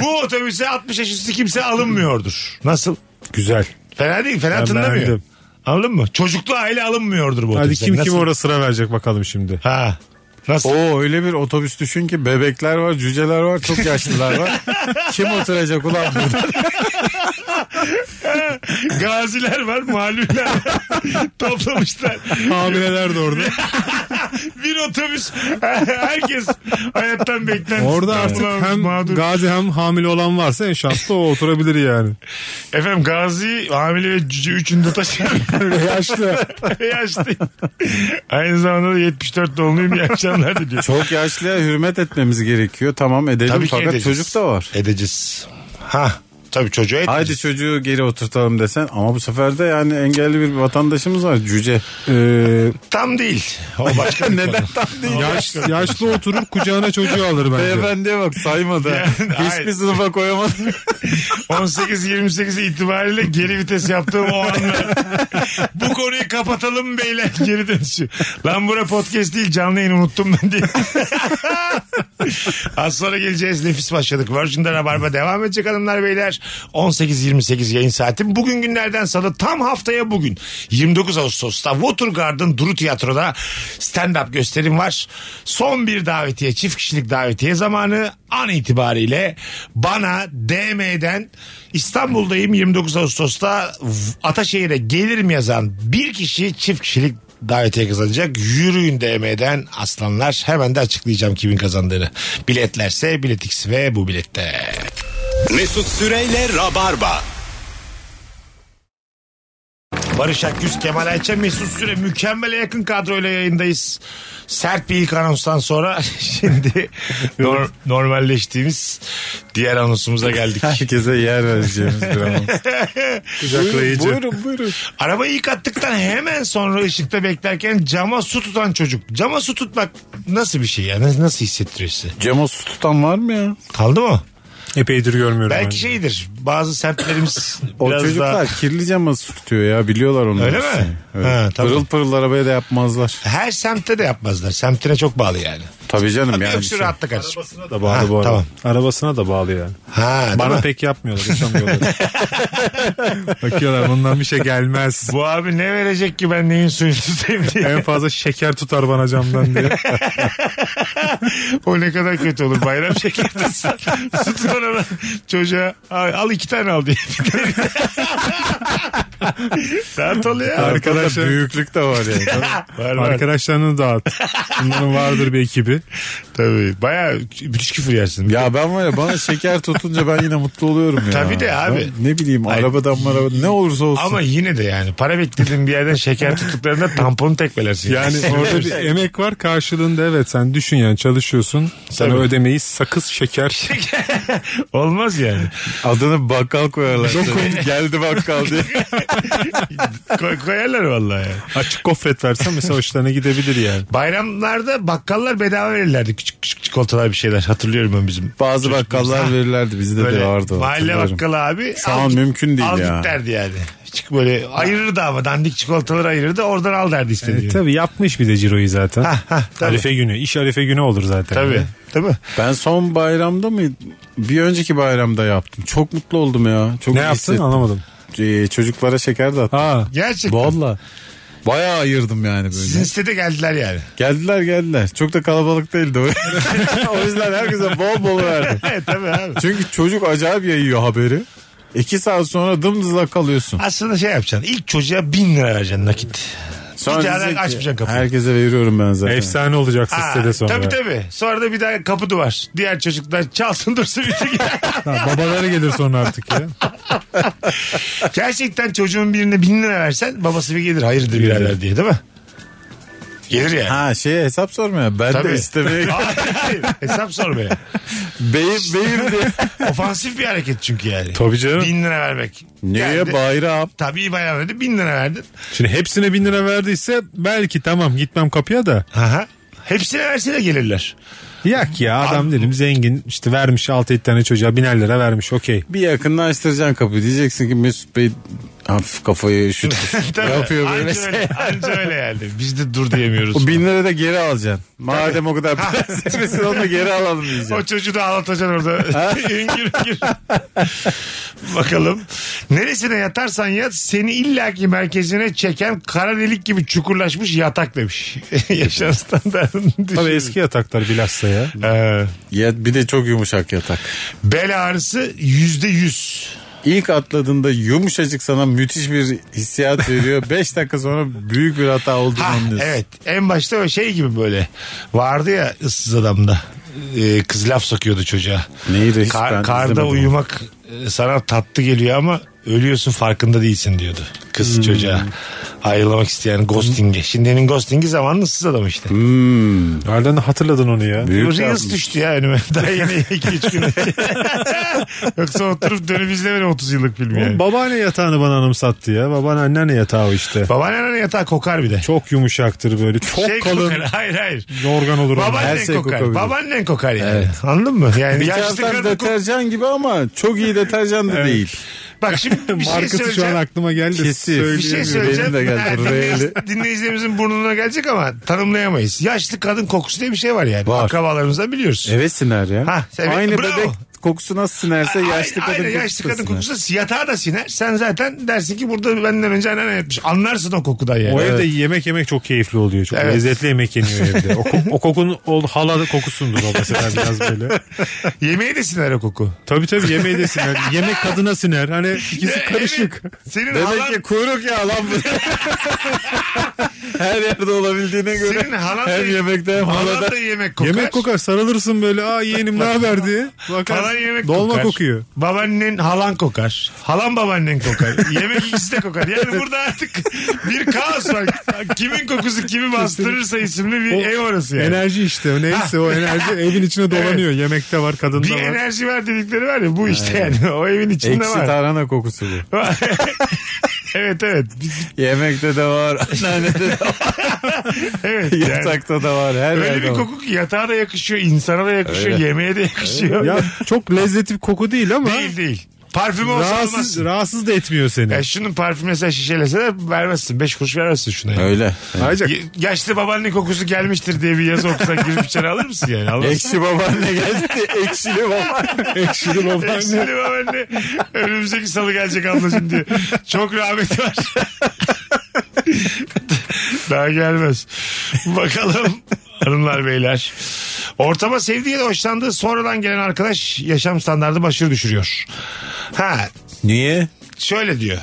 S2: Bu otobüse 60 yaş üstü kimse alınmıyordur. Nasıl?
S4: Güzel.
S2: Fena değil fena
S4: Ben
S2: tınlamıyor.
S4: beğendim.
S2: Anladın mı? Çocuklu aile alınmıyordur bu
S4: Hadi
S2: otobüse.
S4: kim
S2: Nasıl?
S4: kim orada sıra verecek bakalım şimdi.
S2: Ha. Nasıl?
S3: Oo öyle bir otobüs düşün ki bebekler var, cüceler var, çok yaşlılar var. Kim oturacak ulan burada?
S2: Gaziler var, mağluller var. Toplamışlar.
S4: Hamileler de orada.
S2: Bir otobüs. Herkes hayattan beklentisi.
S4: Orada artık
S2: tamamlanmış,
S4: hem
S2: mağdur.
S4: gazi hem hamile olan varsa en şanslı o oturabilir yani.
S2: Efendim Gazi hamile ve cüce üçünü de taşıyan
S4: Yaşlı.
S2: yaşlı. Aynı zamanda da 74 doğumluyum iyi akşamlar diliyorum.
S3: Çok yaşlıya hürmet etmemiz gerekiyor. Tamam edelim
S2: Tabii ki
S3: fakat
S2: edeceğiz.
S3: çocuk da var.
S2: Edeceğiz. Ha tabii çocuğa et.
S3: Haydi çocuğu geri oturtalım desen ama bu sefer de yani engelli bir vatandaşımız var cüce. Ee,
S2: Tam değil. O başka bir Neden?
S3: tam değil?
S4: Yaş, yaşlı oturur kucağına çocuğu alır bence.
S3: Beyefendiye bak saymadı.
S2: Yani, hayır.
S3: Hiçbir sınıfa koyamadı.
S2: 18-28 itibariyle geri vites yaptığım o anlar. Bu konuyu kapatalım beyler geri dönüşü. Lan bura podcast değil canlı yayını unuttum ben diye. Az sonra geleceğiz. Nefis başladık. Virgin'de Rabarba devam edecek hanımlar beyler. 18-28 yayın saatim. Bugün günlerden salı tam haftaya bugün. 29 Ağustos'ta Watergarden Duru Tiyatro'da stand-up gösterim var. Son bir davetiye, çift kişilik davetiye zamanı an itibariyle bana DM'den İstanbul'dayım 29 Ağustos'ta v- Ataşehir'e gelirim yazan bir kişi çift kişilik davetiye kazanacak. Yürüyün DM'den aslanlar. Hemen de açıklayacağım kimin kazandığını. Biletlerse biletix ve bu bilette.
S1: Mesut Süreyle Rabarba.
S2: Barış Akgüz, Kemal Ayça, Mesut Süre mükemmele yakın kadroyla yayındayız. Sert bir ilk anonstan sonra şimdi nor- normalleştiğimiz diğer anonsumuza geldik.
S3: Herkese yer vereceğimiz bir an.
S4: Kucaklayıcı.
S3: Buyurun buyurun.
S2: Arabayı yıkattıktan hemen sonra ışıkta beklerken cama su tutan çocuk. Cama su tutmak nasıl bir şey ya? Nasıl, nasıl hissettiriyor size?
S3: Cema su tutan var mı ya?
S2: Kaldı mı?
S4: Epeydir görmüyorum. ben.
S2: Belki şeydir. Bazı semtlerimiz
S3: O
S2: biraz
S3: çocuklar
S2: daha...
S3: kirli cama su tutuyor ya biliyorlar onu.
S2: Öyle mi?
S3: Evet.
S2: Ha, tabii.
S3: Pırıl pırıl arabaya da yapmazlar.
S2: Her semtte de yapmazlar. Semtine çok bağlı yani.
S3: Tabii canım
S2: Yok
S3: yani.
S2: şu
S3: şey-
S2: rahatlık açık.
S4: Arabasına da bağlı
S2: Ha,
S4: bu arada.
S2: tamam.
S4: Arabasına da bağlı yani.
S2: Ha, değil
S4: Bana
S2: mi?
S4: pek yapmıyorlar, uçamıyorlar. Bakıyorlar bundan bir şey gelmez.
S2: Bu abi ne verecek ki ben neyin suyunu tutayım diye.
S4: En fazla şeker tutar bana camdan diye.
S2: o ne kadar kötü olur. Bayram şekeri tutsan. Su tutan adam çocuğa "Abi al iki tane al diye. Dert oluyor.
S4: Arkadaşlar-
S3: Arkadaşlar büyüklük de var yani.
S2: Var var.
S4: Arkadaşlarını dağıt. Bunların vardır bir ekibi.
S2: Tabii. Bayağı müthiş küfür yersin.
S3: Ya ben var ya bana şeker tutunca ben yine mutlu oluyorum ya.
S2: Tabii de abi.
S3: Ben ne bileyim
S2: Ay-
S3: arabadan marabadan ne olursa olsun.
S2: Ama yine de yani para beklediğin bir yerden şeker tuttuklarında tamponu tekmelersin.
S4: Yani orada bir şey. emek var karşılığında evet sen düşün yani çalışıyorsun. Sana
S2: Tabii.
S4: ödemeyi sakız şeker.
S2: Olmaz yani.
S3: Adını bakkal koyarlar. Geldi bakkal diye.
S2: Koy- koyarlar vallahi yani.
S4: Açık gofret versen mesela hoşlarına gidebilir yani.
S2: Bayramlarda bakkallar bedava verirlerdi. Küçük küçük çikolatalar bir şeyler. Hatırlıyorum ben bizim.
S3: Bazı bakkallar
S2: Ha.
S3: verirlerdi bizde de
S2: Böyle
S3: vardı. o,
S2: mahalle
S3: hatırlıyorum.
S2: bakkalı abi.
S3: Şu
S2: al
S3: an
S2: git-
S3: mümkün değil
S2: al
S3: ya.
S2: git derdi yani. Çık böyle ayırırdı ama dandik çikolataları ayırırdı. Oradan al derdi istediğini.
S4: E, tabii yapmış bir de ciroyu zaten.
S2: Ha, ha, tabii.
S4: Arife günü. İş arife günü olur zaten.
S2: Tabii. Tabii.
S3: Ben son bayramda mı bir önceki bayramda yaptım. Çok mutlu oldum ya. Çok
S4: Ne
S3: iyi
S4: yaptın
S3: hissettim.
S4: anlamadım.
S3: Ee, çocuklara şeker de attım.
S4: Ha.
S2: Gerçekten.
S3: Valla. Bayağı ayırdım yani böyle.
S2: Sizin sitede geldiler yani.
S3: Geldiler geldiler. Çok da kalabalık değildi. o. o yüzden herkese bol bol verdim.
S2: Evet tabii abi.
S3: Çünkü çocuk acayip yayıyor haberi. İki saat sonra dımdızlak kalıyorsun.
S2: Aslında şey yapacaksın. İlk çocuğa bin lira vereceksin nakit.
S3: Sonra
S2: Bir daha
S3: diyecek ki,
S2: açmayacaksın kapıyı.
S3: Herkese veriyorum ben zaten.
S4: Efsane olacaksın
S2: Aa,
S4: sitede sonra.
S2: Tabii tabii. Sonra da bir daha kapı duvar. Diğer çocuklar çalsın dursun bitti gider.
S4: Ha, babaları gelir sonra artık ya.
S2: Gerçekten çocuğun birine bin lira versen babası bir gelir hayırdır birader diye değil mi? Gelir yani.
S3: Ha şeye hesap sormaya. Ben
S2: Tabii.
S3: de istemeye
S2: Hayır, hayır. Hesap sormaya.
S3: beyim beyim diye.
S2: Ofansif bir hareket çünkü yani.
S4: Tabii canım.
S2: Bin lira vermek.
S3: Niye
S2: Geldi.
S3: bayram?
S2: Tabii bayağı verdi. Bin lira verdin.
S4: Şimdi hepsine bin lira verdiyse belki tamam gitmem kapıya da.
S2: Aha. Hepsine verse de gelirler.
S4: Yak ya adam dedim zengin işte vermiş 6-7 tane çocuğa biner lira vermiş okey.
S3: Bir yakınlaştıracaksın kapıyı. Diyeceksin ki Mesut Bey hafif kafayı üşütmüş.
S2: Tabii.
S3: Yapıyor böyle.
S2: Anca öyle, anca öyle yani. Biz de dur diyemiyoruz.
S3: O bin lira da geri alacaksın. Madem o kadar prensemisin onu da geri alalım
S2: O
S3: diyeceksin.
S2: çocuğu da ağlatacaksın orada. üngür üngür. Bakalım. Neresine yatarsan yat seni illaki merkezine çeken kara delik gibi çukurlaşmış yatak demiş. Yaşam standartını
S4: Tabii
S2: düşün.
S4: eski yataklar bilhassa ya.
S2: Ee,
S3: Ya, bir de çok yumuşak yatak.
S2: bel ağrısı yüzde yüz.
S3: İlk atladığında yumuşacık sana müthiş bir hissiyat veriyor. 5 dakika sonra büyük bir hata olduğunu
S2: Ha,
S3: anlıyorsun.
S2: evet en başta o şey gibi böyle vardı ya ıssız adamda Ee, kız laf sokuyordu çocuğa.
S3: Neydi? Hiç
S2: Kar-
S3: ben izlemedim
S2: karda
S3: onu.
S2: uyumak e, sana tatlı geliyor ama ölüyorsun farkında değilsin diyordu
S3: Hmm.
S2: kız çocuğa. Ayrılmak isteyen ghosting'i. Şimdinin ghosting'i zamanında ıssız adam işte.
S4: Nereden hatırladın onu ya?
S3: Hmm, Büyük
S2: Reels
S3: yapmış.
S2: düştü ya önüme. Daha yeni 2-3 gün önce. Yoksa oturup dönüp izlemedim 30 yıllık filmi
S4: Oğlum
S2: yani.
S4: babaanne yatağını bana anımsattı ya. Babaanne anneanne yatağı o işte.
S2: Babaannenin yatağı kokar bir de.
S4: Çok yumuşaktır böyle. Çok
S2: Şey
S4: kalın.
S2: kokar. Hayır hayır.
S4: Yorgan olur onun.
S2: Babaannen
S3: her şey
S2: kokar.
S3: kokabilir.
S2: Babaannen kokar yani. Anladın mı? Yani
S3: Bir
S2: yaşlı
S3: taraftan
S2: kadın kok-
S3: deterjan gibi ama çok iyi deterjan da değil.
S2: Bak şimdi bir şey
S4: Markası şu an
S2: söyleyeceğim.
S4: aklıma geldi.
S3: Kesin.
S4: Söyleyeyim
S2: Bir şey
S4: mi?
S2: söyleyeceğim.
S3: Benim de geldi.
S2: Ha, dinleyici-
S3: Reeli.
S2: dinleyicilerimizin burnuna gelecek ama tanımlayamayız. Yaşlı kadın kokusu diye bir şey var yani.
S3: Var.
S2: Akrabalarımızdan biliyoruz.
S3: Evet siner ya.
S2: Ha, evet,
S3: Aynı
S2: bravo.
S3: bebek kokusu nasıl sinerse
S2: Aynen,
S3: yaşlı kadın
S2: aynen,
S3: kokusu
S2: yaşlı
S3: da
S2: kadın
S3: siner.
S2: kokusu da yatağa da siner. Sen zaten dersin ki burada benden önce anneanne yapmış. Anlarsın o kokudan
S3: şey
S2: yani.
S4: O evde yemek yemek çok keyifli oluyor. Çok
S2: Evet.
S4: lezzetli yemek yeniyor evde. O, ko- o kokun o hala kokusundur o mesela biraz böyle.
S2: Yemeği de siner o koku.
S4: Tabii tabii yemeği de siner. Yemek kadına siner. Hani ikisi karışık.
S2: Evet, Senin
S3: Demek
S2: halan,
S3: ki kuyruk ya lan bu. Her yerde olabildiğine göre.
S2: Senin halan
S3: her
S2: da-
S3: yemekte hem
S2: halan
S3: halada.
S2: da yemek kokar.
S4: Yemek kokar sarılırsın böyle aa yeğenim ne haber diye.
S2: Halan
S4: Bakar,
S2: yemek
S4: dolma
S2: kokar.
S4: kokuyor.
S2: Babaannen halan kokar. Halan babaannen kokar. yemek ikisi de kokar. Yani burada artık bir kaos var. Kimin kokusu kimi bastırırsa isimli bir
S4: O
S2: ev orası yani.
S4: Enerji işte o neyse o enerji evin içine dolanıyor. Yemekte var kadında
S2: bir
S4: var.
S2: enerji var dedikleri var ya bu işte yani. O evin içinde
S3: Eksi
S2: var.
S3: tarhana kokusu bu.
S2: evet evet.
S3: Yemekte de var. Anneannede de var.
S2: Evet yani.
S3: Yatakta da var. Her
S2: Öyle
S3: yerde
S2: bir
S3: var.
S2: koku ki yatağa da yakışıyor, insana da yakışıyor, yemeğe de yakışıyor.
S4: Ya çok lezzetli bir koku değil ama
S2: Değil değil. Parfüm olsa
S4: rahatsız,
S2: almazsın.
S4: rahatsız da etmiyor seni.
S2: Ya şunun parfüm mesela şişeleseler vermezsin. Beş kuruş vermezsin şuna. yani.
S3: Öyle.
S4: Ayrıca
S2: Ya- Yaşlı babaanne kokusu gelmiştir diye bir yazı okusan girip içeri alır mısın yani? Almazsın.
S3: Ekşi babaanne geldi. Ekşili babaanne.
S4: ekşili babaanne.
S2: Eksili babaanne önümüzdeki salı gelecek ablacığım diye. Çok rahmet var. Daha gelmez. Bakalım hanımlar beyler. Ortama sevdiği ya da hoşlandığı sonradan gelen arkadaş yaşam standartı başarı düşürüyor. Ha
S3: Niye?
S2: şöyle diyor.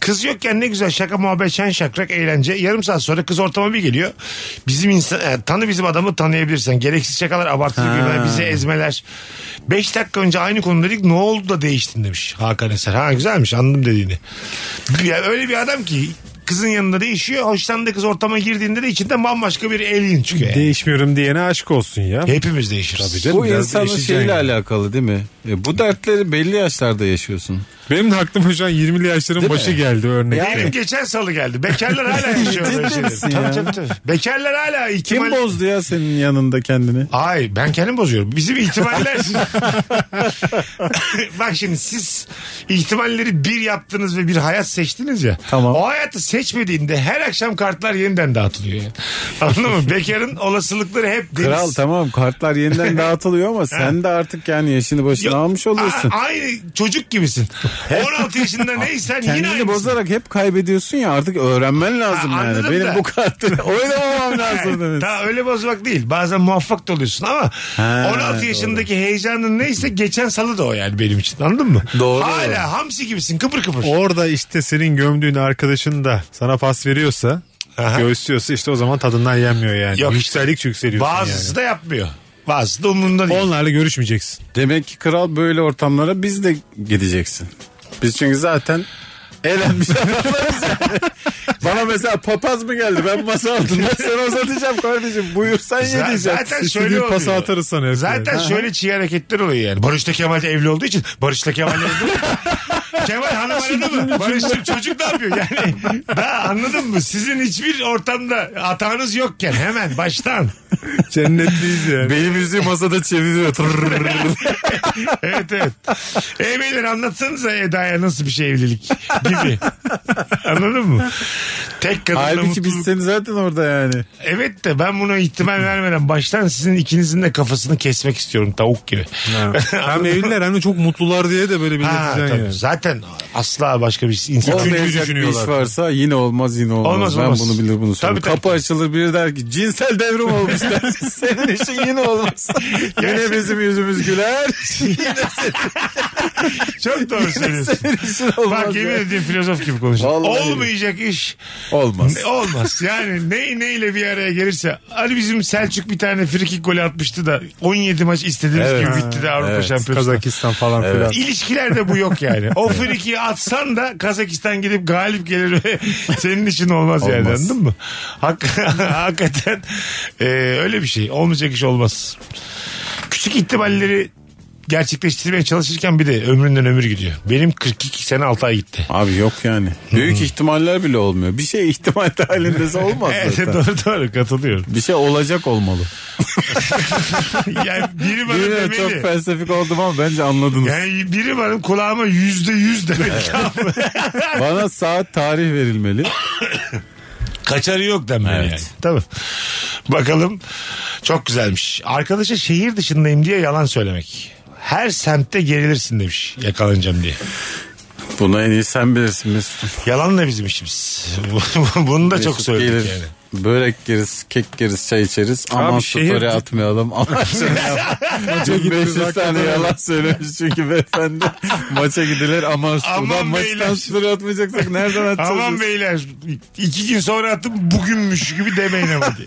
S2: Kız yokken ne güzel şaka muhabbet şen şakrak eğlence. Yarım saat sonra kız ortama bir geliyor. Bizim insan e, tanı bizim adamı tanıyabilirsen. Gereksiz şakalar abartılı gülmeler bizi ezmeler. Beş dakika önce aynı konudaydık ne oldu da değiştin demiş Hakan Eser. Ha güzelmiş anladım dediğini. Ya öyle bir adam ki kızın yanında değişiyor. Hoşlandığı kız ortama girdiğinde de içinde bambaşka bir alien çıkıyor. yani.
S4: Değişmiyorum diyene aşk olsun ya.
S2: Hepimiz değişiriz.
S4: canım.
S3: Bu
S4: biraz
S3: insanın
S4: değişeceksin
S3: şeyle
S4: yani.
S3: alakalı değil mi? E, bu dertleri belli yaşlarda yaşıyorsun.
S4: Benim de aklıma şu an 20'li yaşların
S3: Değil
S4: başı
S3: mi?
S4: geldi örnekte.
S2: Benim geçen salı geldi. Bekarlar hala yaşıyor böyle
S3: Ciddi
S2: şeyleri.
S3: misin
S2: Tabii,
S3: ya?
S2: tabii, tabii. Bekarlar hala
S3: Kim
S2: ihtimal...
S3: bozdu ya senin yanında kendini?
S2: Ay ben kendim bozuyorum. Bizim ihtimaller... Bak şimdi siz ihtimalleri bir yaptınız ve bir hayat seçtiniz ya.
S3: Tamam.
S2: O hayatı seçmediğinde her akşam kartlar yeniden dağıtılıyor. Yani. Anladın mı? Bekarın olasılıkları hep deniz.
S3: Kral tamam kartlar yeniden dağıtılıyor ama sen de artık yani yaşını başına
S2: Yok,
S3: almış oluyorsun.
S2: a- aynı çocuk gibisin. 16 yaşında neysen yine
S3: Kendini
S2: aynısın.
S3: bozarak hep kaybediyorsun ya artık öğrenmen lazım
S2: Ha,
S3: yani.
S2: anladım
S3: Benim
S2: da.
S3: bu kartı oynamamam lazım demek.
S2: Daha öyle bozmak değil. Bazen muvaffak da oluyorsun ama
S3: Ha,
S2: 16
S3: doğru.
S2: yaşındaki heyecanın neyse geçen salı da o yani benim için. Anladın mı?
S3: Doğru.
S2: Hala hamsi gibisin kıpır kıpır.
S4: Orada işte senin gömdüğün arkadaşın da sana pas veriyorsa
S2: Aha.
S4: göğüslüyorsa işte o zaman tadından yenmiyor
S2: Yok
S4: yani. Yok
S2: işte.
S4: Yükseldikçe yükseliyorsun
S2: Bazısı da yapmıyor. Bazısı da umurunda değil.
S4: yani. Onlarla görüşmeyeceksin.
S3: Demek ki kral böyle ortamlara biz de gideceksin. Biz çünkü zaten eğlenmiş adamlarız yani. Bana mesela papaz mı geldi? Ben masa aldım. Ben sana uzatacağım kardeşim. Buyursan
S2: Z-
S3: ye diyeceğim.
S2: zaten şöyle
S4: İstediğin
S2: oluyor.
S4: pası atarız sana. hep
S2: Zaten
S4: yani.
S2: şöyle çiğ hareketler oluyor yani. Barış'ta Kemal de evli olduğu için Barış'ta Kemal evli oluyor. Kemal hanım aradı mı? Barış'cığım çocuk ne yapıyor? Yani daha anladın mı? Sizin hiçbir ortamda atağınız yokken hemen baştan.
S4: Cennetliyiz yani.
S3: Benim yüzüğü masada çeviriyor. Tırrrr.
S2: Evet evet. Ey beyler anlatsanıza Eda'ya nasıl bir şey evlilik gibi. Anladın mı? Tek kadınla
S3: Halbuki
S2: mutluluk.
S3: biz seni zaten orada yani.
S2: Evet de ben buna ihtimal vermeden baştan sizin ikinizin de kafasını kesmek istiyorum tavuk gibi.
S4: hem evliler hem de çok mutlular diye de böyle
S2: Ha,
S4: belirteceksin
S2: tabii.
S4: yani.
S2: Zaten asla başka bir insan.
S3: Olmayacak bir iş
S4: düşünüyorlar.
S3: varsa yine olmaz yine olmaz.
S2: Olmaz,
S3: ben
S2: olmaz.
S3: bunu bilir bunu
S2: Tabii,
S3: söylerim.
S2: tabii.
S3: Kapı açılır biri der ki cinsel devrim olmuş der. Senin işin yine olmaz. yine bizim yüzümüz güler.
S2: Çok doğru söylüyorsun.
S3: Senin işin olmaz.
S2: Bak yemin
S3: ya.
S2: ediyorum filozof gibi konuşuyorsun.
S3: Vallahi
S2: Olmayacak iş
S3: Olmaz.
S2: Ne- olmaz. Yani ne neyle bir araya gelirse. Hani bizim Selçuk bir tane frikik golü atmıştı da 17 maç istediğimiz
S3: Evet.
S2: gibi bitti de Avrupa
S3: Evet.
S2: Şampiyonası.
S4: Kazakistan falan filan.
S2: İlişkilerde bu yok yani. O frikiyi atsan da Kazakistan gidip galip gelir ve senin için olmaz, yani
S3: Olmaz.
S2: anladın mı? Hak, hakikaten e, öyle bir şey. Olmayacak iş olmaz. Küçük ihtimalleri gerçekleştirmeye çalışırken bir de ömründen ömür gidiyor. Benim 42 sene 6 ay gitti.
S3: Abi yok yani. Büyük ihtimaller bile olmuyor. Bir şey ihtimal halindese olmaz
S2: Evet
S3: zaten.
S2: doğru doğru katılıyorum.
S3: Bir şey olacak olmalı.
S2: Yani biri bana
S3: Yine çok
S2: demeli.
S3: felsefik oldum ama bence anladınız.
S2: Yani biri bana kulağıma yüzde yüz demeli. Tamam mı?
S3: Bana saat tarih verilmeli.
S2: Kaçarı yok demeli
S3: Evet.
S2: yani. Tamam. Bakalım. Çok güzelmiş. Arkadaşa şehir dışındayım diye yalan söylemek. Her semtte gerilirsin demiş yakalanacağım diye.
S3: Bunu en iyi sen bilirsin Mesut.
S2: Yalan da bizim işimiz. Bunu da çok
S3: Mesut
S2: söyledik
S3: gelir.
S2: yani.
S3: Börek yeriz, kek yeriz, çay içeriz. Aman
S4: şehir-
S3: story atmayalım. Aman şunu yapalım. 500 tane yalan söylemiş çünkü beyefendi. Maça gidilir aman
S2: Aman
S3: story'dan maçtan
S2: beyler.
S3: story atmayacaksak nereden atacağız?
S2: Aman beyler iki gün sonra attım bugünmüş gibi demeyin ama diye.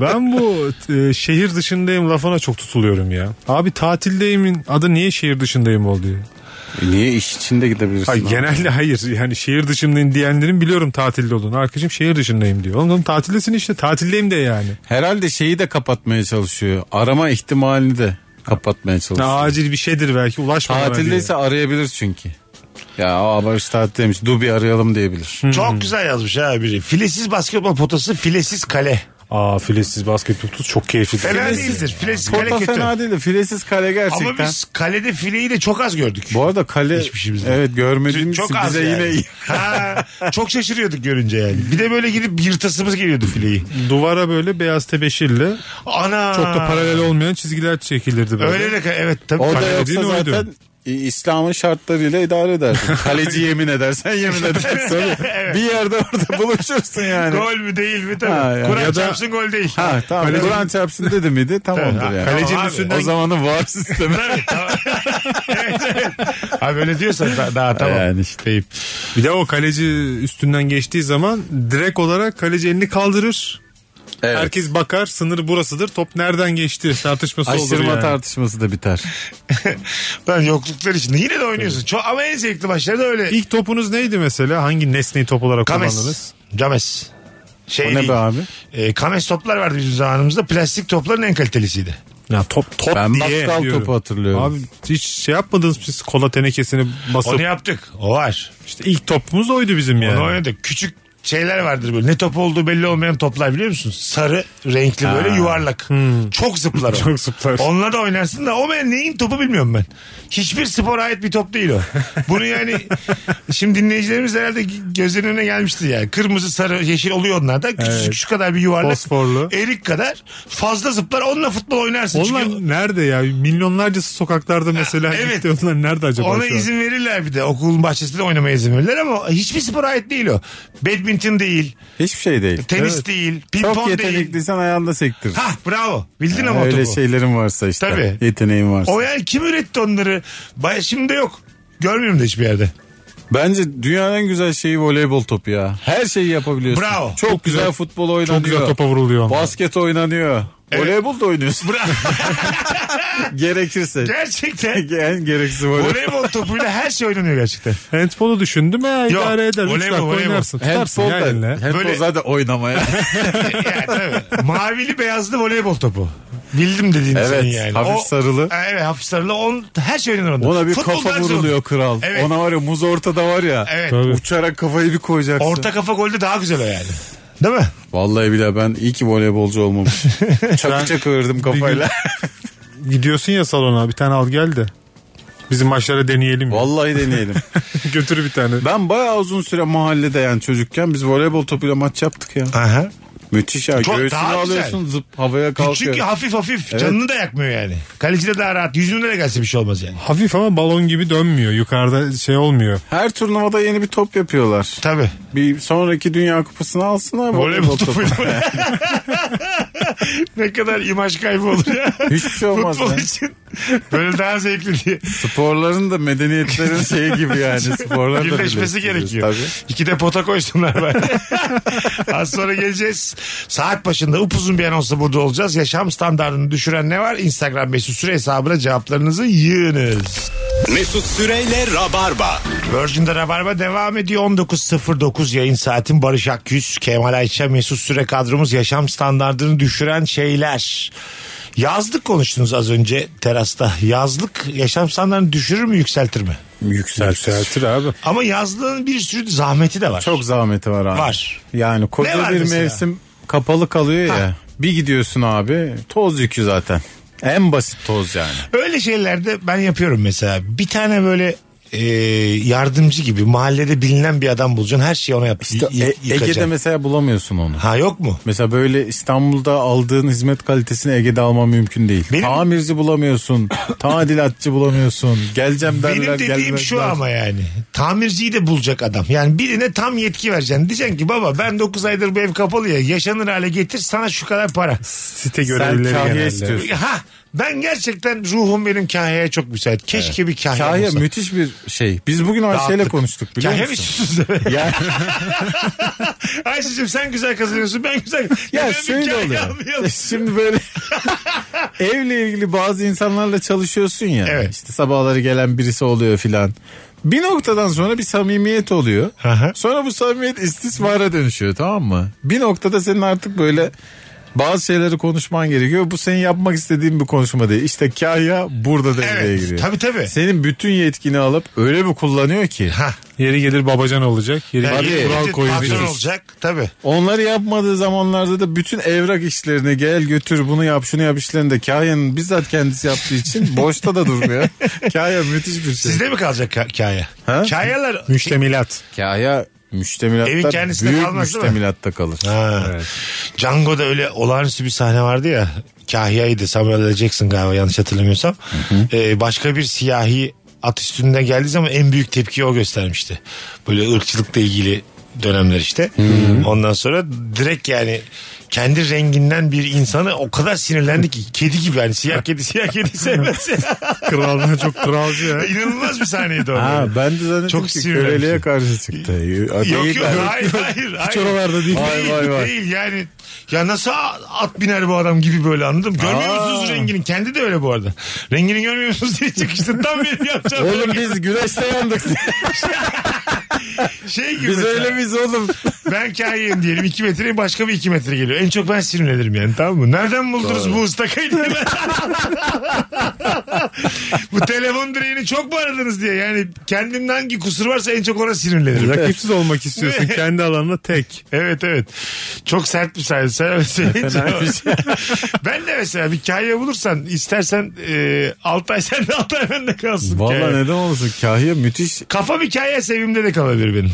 S4: Ben bu e, şehir dışındayım lafına çok tutuluyorum ya. Abi tatildeyim'in adı niye şehir dışındayım oldu ya?
S3: E Niye iş içinde gidebilirsin?
S4: Hayır, genelde hayır. Yani şehir dışındayım diyenlerin biliyorum tatilde olduğunu. Arkadaşım şehir dışındayım diyor. Oğlum oğlum tatildesin işte tatildeyim de yani.
S3: Herhalde şeyi de kapatmaya çalışıyor. Arama ihtimalini de kapatmaya
S4: Ya
S3: çalışıyor.
S4: acil bir şeydir belki ulaşma. bana
S3: Tatildeyse
S4: diye.
S3: arayabilir çünkü. Ya o Barış tatildeymiş. Dubi arayalım diyebilir.
S2: Çok güzel yazmış ha biri. Filesiz basketbol potası, filesiz kale.
S4: Aa filesiz basketbol tut çok keyifli.
S2: Fena
S4: Filesiz-
S2: değildir. Filesiz kale
S3: Kota
S2: kötü.
S3: fena değil de filesiz kale gerçekten.
S2: Ama biz kalede fileyi de çok az gördük.
S3: Bu arada kale
S2: şeyimiz yok.
S3: evet görmediğimiz
S2: çok
S3: için
S2: az
S3: bize
S2: yani.
S3: yine iyi.
S2: ha, çok şaşırıyorduk görünce yani. Bir de böyle gidip yırtasımız geliyordu fileyi.
S4: Duvara böyle beyaz tebeşirle
S2: Ana.
S4: çok da paralel olmayan çizgiler çekilirdi böyle.
S2: Öyle de ka- evet tabii.
S3: O da
S2: Kale-
S3: yoksa
S4: dediğin oydu.
S3: zaten İ- İslam'ın şartlarıyla idare edersin. Kaleci yemin edersen yemin edersin. Bir yerde orada buluşursun yani.
S2: Gol mü değil mi tabii.
S3: Ha, yani.
S2: Kur'an
S3: Ya da-
S2: çarpsın gol değil.
S3: Ha tamam.
S4: Kaleci-
S3: Kur'an çarpsın dedi miydi tamamdır
S2: Tabii,
S3: yani.
S2: kalecinin
S3: Tamam abi.
S2: üstünden-
S3: O zamanın var sistemi.
S2: Tabii, tamam. evet, evet. Abi öyle diyorsan da- daha tamam.
S3: Yani işte.
S2: Deyip.
S4: Bir de o kaleci üstünden geçtiği zaman direkt olarak kaleci elini kaldırır.
S3: Evet.
S4: Herkes bakar sınır burasıdır. Top nereden geçti tartışması olur
S3: Aşırma
S4: yani.
S3: tartışması da biter.
S2: Lan yokluklar içinde yine de oynuyorsun. Çok, ama en zevkli maçlarda öyle.
S4: İlk topunuz neydi mesela? Hangi nesneyi top olarak kullandınız?
S2: Kames. Cames. Şey
S3: O ne
S2: değil.
S3: be abi?
S2: E, kames toplar vardı bizim zamanımızda. Plastik topların en kalitelisiydi.
S4: Ya top top
S3: Ben
S4: diye
S3: bakkal
S4: diyorum.
S3: topu hatırlıyorum.
S4: Abi hiç şey yapmadınız mı siz kola tenekesini basıp
S2: Onu yaptık. O var.
S4: işte ilk topumuz oydu bizim yani.
S2: Onu oynadık. Küçük şeyler vardır böyle. Ne top olduğu belli olmayan toplar biliyor musun? Sarı, renkli böyle yuvarlak. Çok zıplar o.
S4: Hmm. Çok zıplar.
S2: Onunla da oynarsın da o ben neyin topu bilmiyorum ben. Hiçbir spora ait bir top değil o. Bunu yani şimdi dinleyicilerimiz herhalde gözlerinin önüne gelmiştir yani. Kırmızı, sarı, yeşil oluyor onlar da. Küçük, şu kadar bir yuvarlak.
S4: Fosforlu.
S2: Erik kadar fazla zıplar. Onunla futbol oynarsın.
S4: Onlar
S2: Çünkü
S4: nerede ya? Milyonlarcası sokaklarda mesela
S2: Evet.
S4: gitti. Onlar nerede acaba
S2: Ona
S4: şu an?
S2: izin verirler bir de. Okulun bahçesinde oynamaya izin verirler ama hiçbir spora ait değil o. Badminton değil,
S3: Hiçbir şey değil.
S2: tenis
S3: Evet.
S2: değil, ping
S3: Çok
S2: pong değil.
S3: yetenekliysen ayağında sektir.
S2: Ha bravo. Bildin ama o
S3: Öyle şey
S2: topu.
S3: şeylerin varsa işte.
S2: Tabii.
S3: Yeteneğin varsa.
S2: O yani kim üretti onları? Bay şimdi yok. Görmüyorum da hiçbir yerde.
S3: Bence dünyanın en güzel şeyi voleybol topu ya. Her şeyi yapabiliyorsun.
S2: Bravo.
S3: Çok, güzel, futbol oynanıyor.
S4: Çok güzel topa vuruluyor. ama.
S3: Basket oynanıyor. Voleybol da oynuyorsun.
S2: Bravo.
S3: Gerekirse.
S2: gerçekten
S3: en gereksiz voleybol.
S2: voleybol topuyla her şey oynanıyor gerçekten.
S4: Handbolu düşündüm ya
S2: Yok,
S4: idare eder. Üç
S2: voleybol,
S4: dakika
S2: voleybol.
S4: oynarsın. Tutarsın
S3: Handball
S4: ya
S3: da,
S4: eline.
S3: handball
S2: Böyle-
S3: zaten oynamaya.
S2: Yani tabii. Mavili beyazlı voleybol topu. Bildim dediğin
S3: Evet,
S2: senin yani.
S3: hafif sarılı.
S2: Ha, Evet hafif sarılı. On, her şey oynanır onda.
S3: Ona bir
S2: Futbol
S3: kafa
S2: tarzı olur.
S3: vuruluyor kral.
S2: Evet.
S3: Ona var ya muz ortada var ya.
S2: Evet.
S4: Tabii.
S3: Uçarak kafayı bir koyacaksın.
S2: Orta kafa golde daha güzel o yani. Değil mi?
S3: Vallahi bile ben iyi ki voleybolcu olmamışım. Çakı çakı verdim kafayla.
S4: Gidiyorsun ya salona bir tane al gel de. Bizim maçlara deneyelim. ya.
S3: Vallahi deneyelim.
S4: Götür bir tane.
S3: Ben bayağı uzun süre mahallede yani çocukken biz voleybol topuyla maç yaptık ya.
S2: Aha.
S3: Müthiş ya.
S2: Çok
S3: Göğsünü
S2: daha güzel.
S3: alıyorsun zıp havaya kalkıyor.
S2: Çünkü hafif hafif. Canını da yakmıyor yani. Kaleci de daha rahat. Yüzünde de gelse bir şey olmaz yani.
S4: Hafif ama balon gibi dönmüyor. Yukarıda şey olmuyor.
S3: Her turnuvada yeni bir top yapıyorlar.
S2: Tabii.
S3: Bir sonraki Dünya Kupası'nı alsınlar.
S2: Voleybol topu. ne kadar imaj kaybı olur ya.
S3: Hiçbir şey olmaz.
S2: Futbol
S3: ya.
S2: için. Böyle daha zevkli diye.
S3: Sporların da medeniyetlerin şeyi gibi yani. Sporlar da
S2: Birleşmesi
S3: birleştiriyoruz
S2: gerekiyor.
S3: Tabii.
S2: İki de pota koysunlar bari. Az sonra geleceğiz. Saat başında upuzun bir anonsla burada olacağız. Yaşam standartını düşüren ne var? Instagram mesut süre hesabına cevaplarınızı yığınız.
S1: Mesut Süreyle Rabarba.
S2: Virgin'de Rabarba devam ediyor. 19.09 yayın saatin Barış Akyüz, Kemal Ayça, Mesut Süre kadromuz yaşam standartını düşüren şeyler. Yazlık konuştunuz az önce terasta. Yazlık yaşam standartını düşürür mü yükseltir mi?
S4: Yükseltir abi.
S2: Ama yazlığın bir sürü zahmeti de var.
S3: Çok zahmeti var abi.
S2: Var.
S3: Yani koca
S2: Ne var
S3: bir
S2: mesela?
S3: mevsim kapalı kalıyor ya. Bir gidiyorsun abi toz yükü zaten. En basit toz yani.
S2: Öyle şeylerde ben yapıyorum mesela. Bir tane böyle e, yardımcı gibi mahallede bilinen bir adam bulacaksın. Her şeyi ona yap.
S3: İşte
S2: y- y-
S3: E- Ege'de
S2: yıkacaksın.
S3: mesela bulamıyorsun onu.
S2: Ha yok mu?
S3: Mesela böyle İstanbul'da aldığın hizmet kalitesini Ege'de alman mümkün değil.
S2: Benim-
S3: Tamirci bulamıyorsun, tadilatçı bulamıyorsun. Geleceğim derler,
S2: Benim dediğim
S3: gelmezler.
S2: şu ama yani. Tamirciyi de bulacak adam. Yani birine tam yetki vereceksin. Diyeceksin ki baba ben 9 aydır bu ev kapalı ya. Yaşanır hale getir sana şu kadar para.
S4: Site
S3: Sen
S4: görevlileri
S3: kahya
S4: genelde.
S3: istiyorsun.
S2: Ha ben gerçekten ruhum benim kahyaya çok müsait. Keşke bir kahya,
S3: Kahya
S2: olsa.
S3: müthiş bir şey. Biz bugün Ayşe'yle
S2: Rahatlık.
S3: konuştuk biliyor
S2: Kahya mı
S3: musun?
S2: içiyorsunuz?
S3: Ya,
S2: Ayşe'cim sen güzel kazanıyorsun ben güzel.
S3: ya
S2: Neden bir
S3: şöyle
S2: kahya
S3: oluyor. E,
S2: almayalım?
S3: Şimdi böyle evle ilgili bazı insanlarla çalışıyorsun ya.
S2: Evet.
S3: İşte sabahları gelen birisi oluyor filan. Bir noktadan sonra bir samimiyet oluyor.
S2: Aha.
S3: Sonra bu samimiyet istismara dönüşüyor tamam mı? Bir noktada senin artık böyle bazı şeyleri konuşman gerekiyor. Bu senin yapmak istediğin bir konuşma değil. İşte kahya burada devreye
S2: Evet,
S3: giriyor.
S2: tabii, tabii.
S3: Senin bütün yetkini alıp öyle bir kullanıyor ki.
S2: Ha.
S4: Yeri gelir babacan olacak. Yeri
S2: Yani
S4: gelir
S3: Tabii.
S4: kural
S2: yetki- patron
S4: koyuyoruz.
S2: olacak tabii.
S3: Onları yapmadığı zamanlarda da bütün evrak işlerini gel götür bunu yap şunu yap işlerini de Kahya'nın bizzat kendisi yaptığı için boşta da durmuyor. Kahya müthiş bir şey.
S2: Sizde mi kalacak ka- kahya?
S3: Ha?
S2: Kahyalar...
S4: Müştemilat.
S3: Kahya
S2: Evin
S3: müştemilatta
S2: kendisinde
S3: büyük
S2: kalmaz değil mi?
S3: müştemilatta kalır.
S2: Ha. Django'da öyle olağanüstü bir sahne vardı ya. Kahya'ydı Samuel L. Jackson galiba yanlış hatırlamıyorsam. Ee, başka bir siyahi at üstünde geldiği zaman en büyük tepkiyi o göstermişti. Böyle ırkçılıkla ilgili dönemler işte. Ondan sonra direkt yani kendi renginden bir insanı o kadar sinirlendi ki kedi gibi yani siyah kedi siyah kedi sevmez.
S4: Kralına çok kralcı ya.
S2: İnanılmaz bir sahneydi o.
S3: Ha,
S2: böyle.
S3: ben de zannettim
S2: Çok
S3: ki
S2: sinirlenmiş.
S3: köleliğe karşı çıktı.
S2: Yok yok hayır hayır. hayır.
S4: oralarda değil.
S3: Vay,
S2: Değil,
S3: vay, vay.
S2: değil yani. Ya nasıl at biner bu adam gibi böyle anladım. Görmüyor
S3: Aa.
S2: musunuz rengini? Kendi de öyle bu arada. Rengini görmüyor musunuz diye çıkıştı. Tam benim yapacağım.
S3: Oğlum biz güneşte yandık.
S2: şey gibi
S3: biz
S2: mesela.
S3: öyle miyiz oğlum?
S2: Ben kahyayım diyelim. 2 metre başka bir 2 metre geliyor. En çok ben sinirlenirim yani tamam mı? Nereden buldunuz bu ıstakayı diye ben- bu telefon direğini çok mu aradınız diye. Yani kendimde hangi kusur varsa en çok ona sinirlenirim.
S4: Rakipsiz olmak istiyorsun. Kendi alanında tek.
S2: Evet evet. Çok sert bir sayı. Sen öyle söyleyince-
S3: şey.
S2: ben de mesela bir kahya bulursan istersen e, 6 ay sen de 6 ay bende kalsın.
S3: Valla
S2: kahya.
S3: neden olmasın? Kahya müthiş.
S2: Kafam hikaye sevimde de kalabilir benim.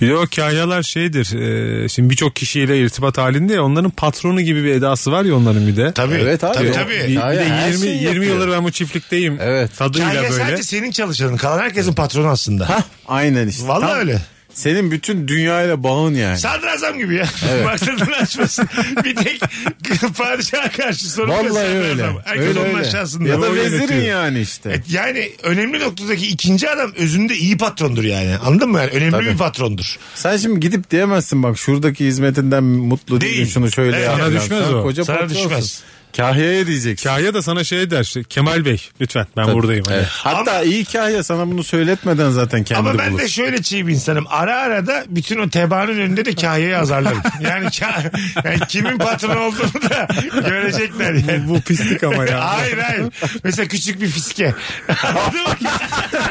S4: Bir de o kahyalar şeydir. e, şimdi birçok kişiyle irtibat halinde ya onların patronu gibi bir edası var ya onların bir de.
S2: Tabii.
S3: Evet abi.
S2: E, Tabii,
S3: O-
S4: Bir,
S2: tabii.
S4: bir
S3: Kahya
S4: de
S3: her
S4: 20,
S3: şeyi
S4: 20
S3: yapıyor.
S4: yıldır ben bu çiftlikteyim.
S3: Evet.
S4: Tadıyla
S2: Kahya
S4: böyle.
S2: sadece senin çalışanın. Kalan herkesin patronu aslında.
S3: Hah, aynen işte.
S2: Vallahi
S3: Tam
S2: öyle.
S3: Senin bütün dünyayla bağın yani.
S2: Sadrazam gibi ya. Maksadını açmasın. bir tek padişaha karşı sorumlu
S3: Vallahi
S2: sadrazam.
S3: öyle.
S2: Herkes
S3: öyle,
S2: onun
S3: öyle.
S2: aşağısında.
S3: Ya da
S2: O
S3: vezirin
S2: yönetiyor. E,
S3: yani işte.
S2: Evet, Yani önemli noktadaki ikinci adam özünde iyi patrondur yani. Anladın mı? Yani önemli
S3: Tabii.
S2: bir patrondur.
S3: Sen şimdi gidip diyemezsin bak şuradaki hizmetinden mutlu
S2: Değil.
S3: değilim şunu şöyle
S2: Evet.
S3: yap.
S4: Sana
S3: Yani
S4: düşmez
S3: sen
S4: o.
S3: Koca
S2: Sana
S3: patronsun.
S2: düşmez.
S3: Kahya'ya diyeceksin.
S4: Kahya da sana şey der. işte, Kemal Bey lütfen ben buradayım. Hani.
S3: Evet. Hatta iyi kahya sana bunu söyletmeden zaten kendi
S2: Ama ben
S3: bulur.
S2: de şöyle çiğ bir insanım. Ara ara da bütün o tebaanın önünde de kahyayı azarlarım. yani, ka- yani kimin patronu olduğunu da görecekler yani.
S4: Bu pislik ama ya.
S2: hayır hayır. Mesela küçük bir fiske. Anladın mı?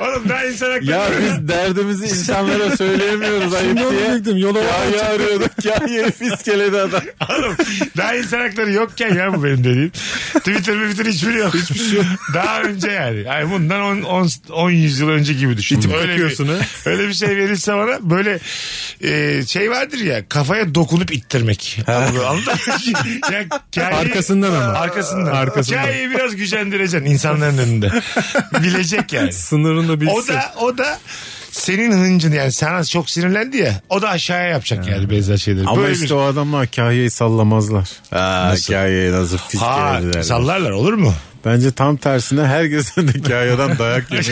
S2: Oğlum daha insan hakları.
S3: Ya biz derdimizi insanlara söyleyemiyoruz ayıp
S4: Şimdi onu
S3: diye.
S4: diyecektim, yola
S3: Kahya arıyorduk. Kahya'yı fiskeledi adam.
S2: Oğlum daha insan hakları yokken ya bu benim dediğim. Twitter Twitter hiçbiri yok. Hiçbir şey yok. Daha önce yani. Ay bundan 10 yüzyıl önce gibi düşün.
S4: İtip takıyorsun ha.
S2: öyle bir şey verilse bana böyle e, şey vardır ya kafaya dokunup ittirmek. Anladın mı? Ya hikayeyi-
S4: Arkasından ama.
S2: Arkasından.
S4: Arkasından.
S2: Hikayeyi biraz gücendireceksin insanların önünde. Bilecek yani.
S4: Sınırını da bilsin.
S2: O da o da senin hıncın yani sana çok sinirlendi ya o da aşağıya yapacak yani benzer şeyleri.
S3: Ama
S2: Böyle bir-
S3: işte o adamlar kahyayı sallamazlar. Ha, kahyayı nasıl
S2: Ha,
S3: fiskelediler.
S2: sallarlar olur mu?
S3: Bence tam tersine herkesin de kahyadan dayak yemeli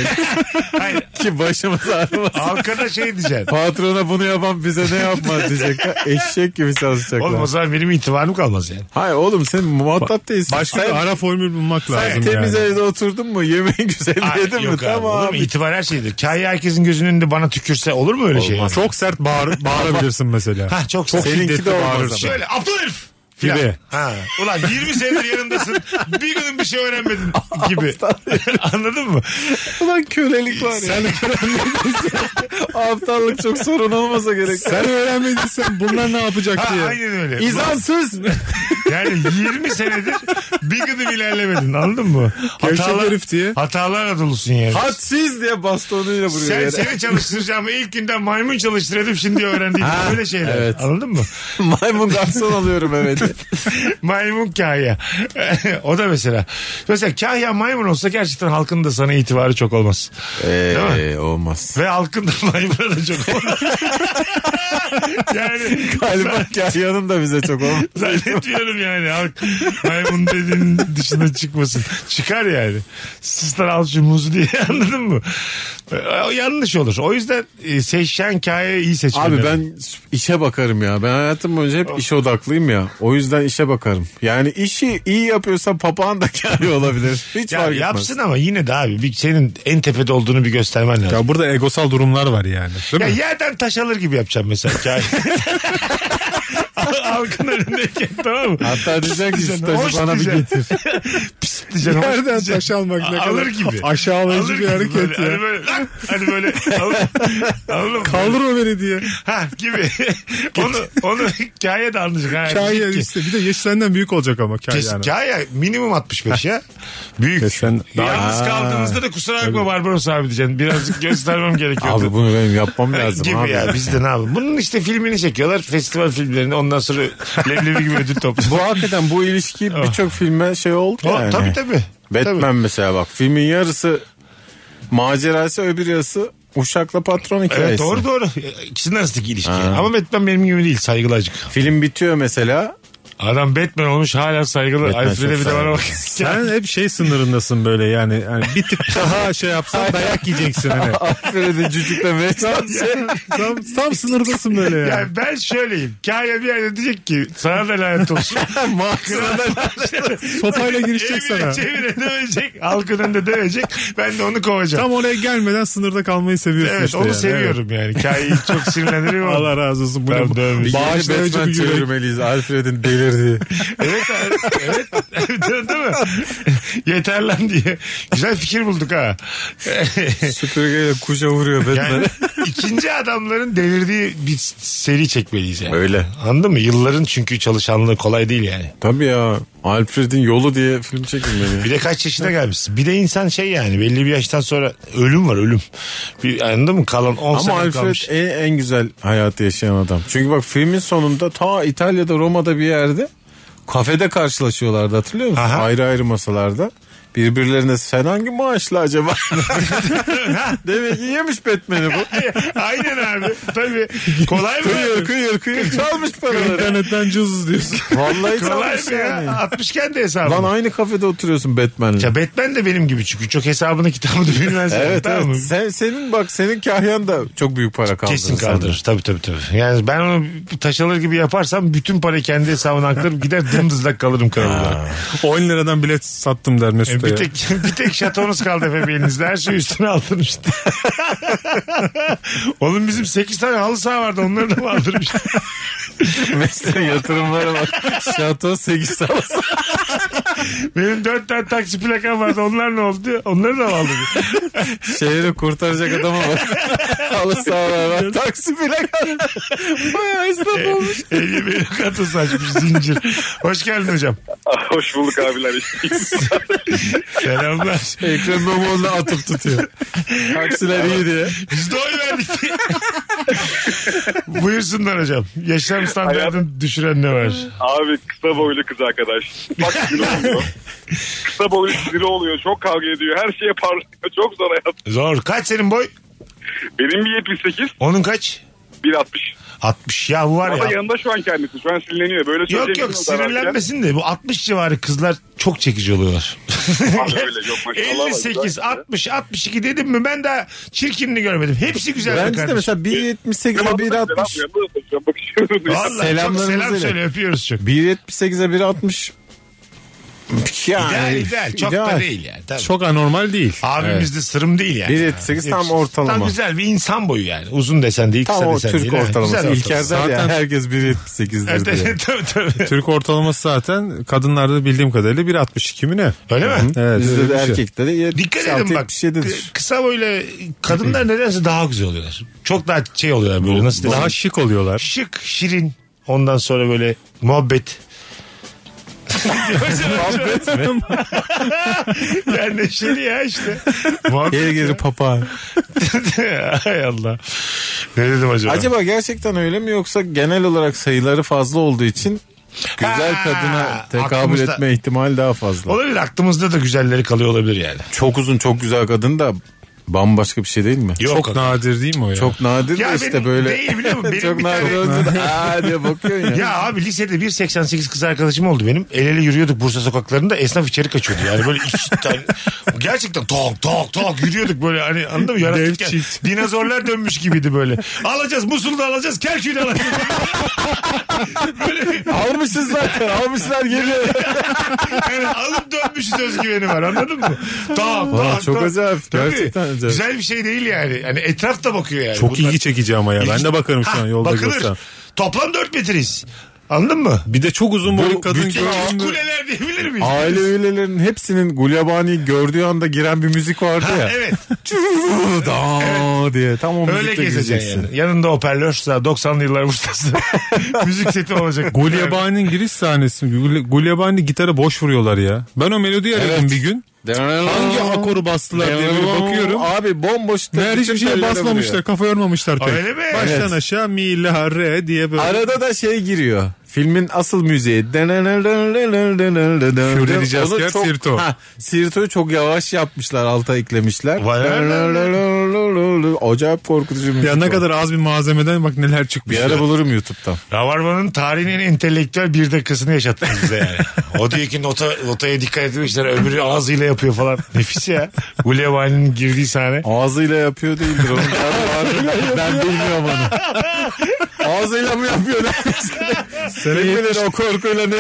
S2: Hayır.
S3: ki başımız ağrımasın.
S2: Halkada şey diyeceksin.
S3: Patrona bunu yapan bize ne yapmaz diyecekler. Eşek gibi çalışacaklar.
S2: Oğlum o zaman benim itibarım kalmaz yani.
S3: Hayır oğlum sen muhatap değilsin.
S4: Başka
S3: sen,
S4: bir ara formül bulmak
S3: sen
S4: lazım
S3: temiz
S4: yani.
S3: evde oturdun mu yemeğin güzel
S2: Ay,
S3: yedin mi?
S2: yok abi,
S3: Tamam
S2: olur mu?
S3: abi.
S2: İtibar her şeydir. Kaya herkesin gözünün önünde bana tükürse olur mu öyle şey?
S4: Çok sert bağır, bağırabilirsin mesela.
S2: Ha, çok sert.
S4: şiddetli
S3: Seninki de olmaz
S4: bağırırsın.
S3: ama.
S2: Şöyle aptal herif filan.
S4: Gibi.
S2: Ha. Ulan 20 senedir yanındasın. bir günün bir şey öğrenmedin gibi. Anladın mı?
S3: Ulan kölelik var ya. Sen Aptallık çok sorun olmasa gerek.
S4: Sen öğrenmediysen bunlar ne yapacak
S2: Ha,
S4: diye.
S2: aynen öyle.
S3: İzansız.
S2: Yani 20 senedir bir gıdım ilerlemedin anladın mı?
S4: Gevşek herif diye.
S2: Hatalarla dolusun yani.
S3: Hadsiz diye bastonuyla vuruyor
S2: Sen
S4: Şey,
S3: yere.
S2: seni çalıştıracağım ilk günden maymun çalıştırıyordum şimdi öğrendiğim böyle şeyler.
S3: evet.
S2: Anladın mı?
S3: Maymun garson alıyorum evet.
S2: Maymun kahya. o da mesela. Mesela kahya maymun olsa gerçekten halkın da sana itibarı çok olmaz. Değil
S3: Eee olmaz.
S2: Ve halkın da maymuna da çok olmaz. yani
S3: Galiba Kahya'nın da bize çok olmaz.
S2: zannetmiyorum yani halk maymun dediğin dışına çıkmasın. Çıkar yani. Sistar al şu muzu diye anladın mı? O yanlış olur. O yüzden e, seçen kahya iyi seçmen
S3: Abi
S2: lazım.
S3: ben işe bakarım ya. Ben hayatım boyunca hep işe odaklıyım ya. O yüzden işe bakarım. Yani işi iyi yapıyorsan papağan da Kahya olabilir. Hiç
S2: Ya
S3: fark etmez.
S2: yapsın ama yine de abi bir, senin en tepede olduğunu bir göstermen lazım.
S4: Ya burada egosal durumlar var yani. Değil
S2: Ya
S4: mi?
S2: yerden taş alır gibi yapacağım mesela hikaye. Halkın önündeyken tamam mı?
S3: Hatta diyecek ki şu taşı
S2: Hoş
S3: bana bir
S2: diyeceksin.
S3: getir.
S2: Pis diyeceksin. hoş
S4: Yerden
S2: diyeceksin.
S4: taş almak ne kadar
S2: Alır gibi.
S4: aşağılayıcı
S2: Alır
S4: bir hareket
S2: böyle,
S4: ya.
S2: Hani böyle, lan, hani böyle alır, alır
S4: Kaldır o beni diye.
S2: Ha gibi. onu, onu hikaye de anlayacak. Ha,
S4: Kaya
S2: diyecek ki,
S4: işte bir de yaş senden büyük olacak ama kaya
S2: Kes,
S4: yani.
S2: Kaya minimum 65 ya. Büyük.
S4: Sen-
S2: Yalnız
S3: Aa,
S2: kaldığınızda da kusura bakma Barbaros abi diyeceksin. Birazcık göstermem gerekiyor.
S3: Abi bunu benim yapmam lazım
S2: gibi
S3: abi.
S2: ya biz de ne yapalım. Bunun işte filmini çekiyorlar. Festival filmlerini ondan sonra leblebi gibi ödül topluyor.
S3: Bu hakikaten bu ilişki birçok filme şey oldu
S2: O,
S3: yani.
S2: Oh. Tabii tabii.
S3: Batman
S2: Tabii.
S3: mesela bak filmin yarısı macerası öbür yarısı uşakla patron hikayesi.
S2: Evet doğru doğru. İkisinin arasındaki ilişki. Ama Batman benim gibi değil saygılı acık.
S3: Film bitiyor mesela.
S2: Adam Batman olmuş hala saygılı.
S3: Batman
S2: Alfred'e
S3: çok
S2: bir de bana
S3: saygılı.
S2: bak.
S4: Sen hep şey sınırındasın böyle yani. yani bir tık daha şey yapsan dayak yiyeceksin hani.
S3: Alfred'i cücüklemeye çalışıyor.
S4: Tam, tam sınırdasın böyle yani.
S2: Yani ben şöyleyim. Kaya bir yerde diyecek ki sana da lanet olsun.
S4: Sopayla girişecek sana.
S2: Çevire çevire dövecek. Halkın önünde dövecek. Ben de onu kovacağım.
S4: Tam oraya gelmeden sınırda kalmayı seviyorsun
S2: Evet
S4: işte.
S2: onu
S4: yani.
S2: seviyorum yani. Kaya'yı çok sinirlendiriyor. ama-
S4: Allah razı olsun. Bu ne-
S2: Tamam, dövmüş.
S4: Ba-
S3: Bağış
S4: Bağışlayıcı bir
S3: Batman
S4: yürek.
S3: çevirmeliyiz Alfred'in delirdiği.
S2: Evet abi, evet. Değil değil mi? Yeter lan diye. Güzel fikir bulduk ha.
S3: Süpürgeyle kuşa vuruyor Batman.
S2: Yani ikinci adamların delirdiği bir seri çekmeliyiz yani.
S3: Öyle.
S2: Anladın mı? Yılların çünkü çalışanlığı kolay değil yani.
S3: Tabii ya Alfred'in yolu diye film çekilmeli.
S2: Bir de kaç yaşına gelmişsin. Bir de insan şey yani belli bir yaştan sonra ölüm var ölüm. Bir, anladın mı? Kalan 10
S3: Ama
S2: sene
S3: Alfred
S2: kalmış.
S3: en, en güzel hayatı yaşayan adam. Çünkü bak filmin sonunda ta İtalya'da Roma'da bir yerde kafede karşılaşıyorlardı hatırlıyor musun?
S2: Aha.
S3: Ayrı ayrı masalarda. Birbirlerine sen hangi maaşla acaba? Demek ki yemiş Batman'i bu.
S2: Aynen abi. Tabii. Kolay mı?
S3: Kıyır kıyır kıyır çalmış paraları.
S4: İnternetten cızız diyorsun.
S3: Vallahi
S2: Kolay
S3: çalmış
S2: mı ya?
S3: yani.
S2: 60'ken de hesabı.
S3: Lan aynı kafede oturuyorsun Batman'le.
S2: Ya Batman de benim gibi çünkü çok hesabını kitabını bilmez.
S3: Evet
S2: Tamam
S3: evet.
S2: mı?
S3: Sen, senin bak senin kahyan da çok büyük para kaldırır.
S2: Kesin
S3: senden.
S2: kaldırır. Tabii tabii tabii. Yani ben onu taş alır gibi yaparsam bütün parayı kendi hesabına aktarım gider dımdızlak kalırım kralda.
S4: 10 liradan bilet sattım der
S3: E,
S4: Mesut'a
S2: bir
S4: ya.
S2: tek bir tek şatonuz kaldı efendim elinizde. Her şeyi üstüne aldın işte. Oğlum bizim 8 tane halı saha vardı onları da mı aldın işte?
S3: Mesleğin yatırımlara bak. Şato 8 salası.
S2: Benim 4 tane taksi plakam vardı onlar ne oldu? Onları da mı aldın?
S3: Şehri kurtaracak adama bak. Halı sağlar var. Taksi bile kaldı. Bayağı israf olmuş.
S2: Eli beni katı saçmış zincir. Hoş geldin hocam.
S5: Hoş bulduk abiler.
S2: Selamlar.
S3: Ekrem İmamoğlu'na atıp tutuyor. Taksiler iyi diye.
S2: Biz de oy verdik. Buyursunlar hocam. Yaşam standartını düşüren ne var?
S5: Abi kısa boylu kız arkadaş. Bak sinir oluyor. Kısa boylu sinir oluyor. Çok kavga ediyor. Her şeye parlıyor. Çok zor hayat.
S2: Zor. Kaç senin boy?
S5: Benim bir 78,
S2: Onun kaç?
S5: 1.60.
S2: 60 ya bu var
S5: Ama
S2: ya.
S5: yanında şu an kendisi. Şu an sinirleniyor. Böyle
S2: Yok yok sinirlenmesin de bu 60 civarı kızlar çok çekici oluyorlar.
S5: Abi öyle, yok maşallah var,
S2: 58,
S5: güzel.
S2: 60, 62 dedim mi ben daha çirkinini görmedim. Hepsi güzel be
S3: Bence de
S2: kardeşim.
S3: mesela 1.78'e 1.60.
S2: Vallahi çok
S3: Selamlarımızı
S2: selam
S3: ile.
S2: söyle öpüyoruz çok.
S3: 1.78'e 1.60 Yani,
S2: İdeal ideal. Çok da
S3: ideal.
S2: değil yani. Tabii.
S4: Çok anormal değil.
S2: Abimiz de sırım değil yani.
S3: 1.78 tam
S2: Yakışıklı.
S3: ortalama.
S2: Tam güzel bir insan boyu yani. Uzun desen değil, kısa
S3: Tam o
S2: desen
S3: Türk
S2: değil. Evet,
S3: ortalaması.
S2: güzel
S3: İlker der ya
S4: Zaten-
S3: herkes 1.78'dir
S2: Evet,
S3: diye.
S2: evet, tabii tabii.
S4: Türk ortalaması zaten kadınlarda bildiğim kadarıyla 1.62 mi ne?
S2: Öyle mi?
S4: Evet. öyle
S3: Bizde de
S4: bir şey.
S3: erkekte de
S2: Dikkat edin bak.
S3: 76-77'dir.
S2: kı- Kısa böyle kadınlar nedense daha güzel oluyorlar. Çok daha şey oluyorlar böyle nasıl desem.
S4: Daha şık oluyorlar.
S2: şık, şirin. Ondan sonra böyle muhabbet. muhabbet mi? yani neşeli ya işte. Muhabbet.
S3: Geri geri papa.
S2: Hay Allah. Ne dedim acaba?
S3: Acaba gerçekten öyle mi yoksa genel olarak sayıları fazla olduğu için güzel
S2: Ha,
S3: kadına tekabül
S2: aklımızda-
S3: etme ihtimali daha fazla.
S2: Olabilir aklımızda da güzelleri kalıyor olabilir yani.
S3: Çok uzun çok güzel kadın da bambaşka bir şey değil mi?
S2: Yok.
S4: Çok nadir değil mi o ya?
S3: Çok nadir
S2: Ya
S3: de
S2: benim
S3: işte böyle.
S2: değil biliyor musun? Benim
S3: çok
S2: bir
S3: nadir
S2: tane-
S3: oldu da aa diye bakıyorsun ya.
S2: Ya abi lisede 1.88 kız arkadaşım oldu benim. El ele yürüyorduk Bursa sokaklarında esnaf içeri kaçıyordu. Yani böyle iki tane gerçekten tok tok tok yürüyorduk böyle hani anladın mı? Yaratık
S4: Dev
S2: ya-
S4: çift.
S2: Dinozorlar dönmüş gibiydi böyle. Alacağız Musul'da alacağız Kerkük'ü de alacağız. böyle
S3: Almışız zaten almışlar geliyor.
S2: yani alıp dönmüşüz özgüveni var anladın mı? Tok
S3: Aa,
S2: tok
S3: çok
S2: tok.
S3: acayip,
S2: Tabii.
S3: gerçekten acayip.
S2: Güzel bir şey değil yani. Hani etraf da bakıyor yani.
S4: Çok
S2: Bunlar-
S4: ilgi çekici ama ya. Ben de bakarım şu
S2: Ha,
S4: an yolda
S2: bakılır.
S4: görsem.
S2: Toplam 4 metreyiz. Anladın mı?
S4: Bir de çok uzun boylu kadın
S3: bütün
S4: gördüm.
S2: İkiz kuleler diyebilir miyiz?
S3: Aile üyelerinin hepsinin Gulyabani'yi gördüğü anda giren bir müzik vardı
S2: Ha,
S3: ya.
S2: evet.
S3: Da diye tam o
S2: Öyle
S3: müzikle
S2: gezeceksin
S3: gezeceksin.
S2: yani. Yanında hoparlör, sağ 90'lı yıllar ustası. Müzik seti olacak.
S4: Gulyabani'nin giriş sahnesi. Gul- Gulyabani gitara boş vuruyorlar ya. Ben o melodiyi aradım bir gün. Hangi akoru bastılar diye böyle bakıyorum.
S3: Abi bomboş.
S4: Meğer hiçbir şeye
S3: telleri
S4: basmamışlar.
S3: vuruyor.
S4: Kafa yormamışlar pek.
S2: Öyle mi?
S4: Baştan
S3: Evet.
S4: aşağı mi la re diye böyle.
S3: Arada da şey giriyor. Filmin asıl müziği. Fury
S4: Fury Jasker, Sirto.
S3: Sirto'yu çok yavaş yapmışlar. Alta eklemişler.
S2: Vay.
S3: Acayip korkutucu bir müzik.
S4: Ya ne
S3: o.
S4: kadar az bir malzemeden bak neler çıkmış.
S3: Bir ara bulurum YouTube'dan.
S2: Ravarman'ın tarihin en entelektüel bir dakikasını yaşattı bize yani. O diyor ki nota, notaya dikkat etmişler. Öbürü ağzıyla yapıyor falan. Nefis ya. Gulyabani'nin girdiği sahne.
S3: Ağzıyla yapıyor değildir onun. Ben- ben bilmiyorum onu. Ağzıyla mı yapıyor? Senin o korkuyla ne?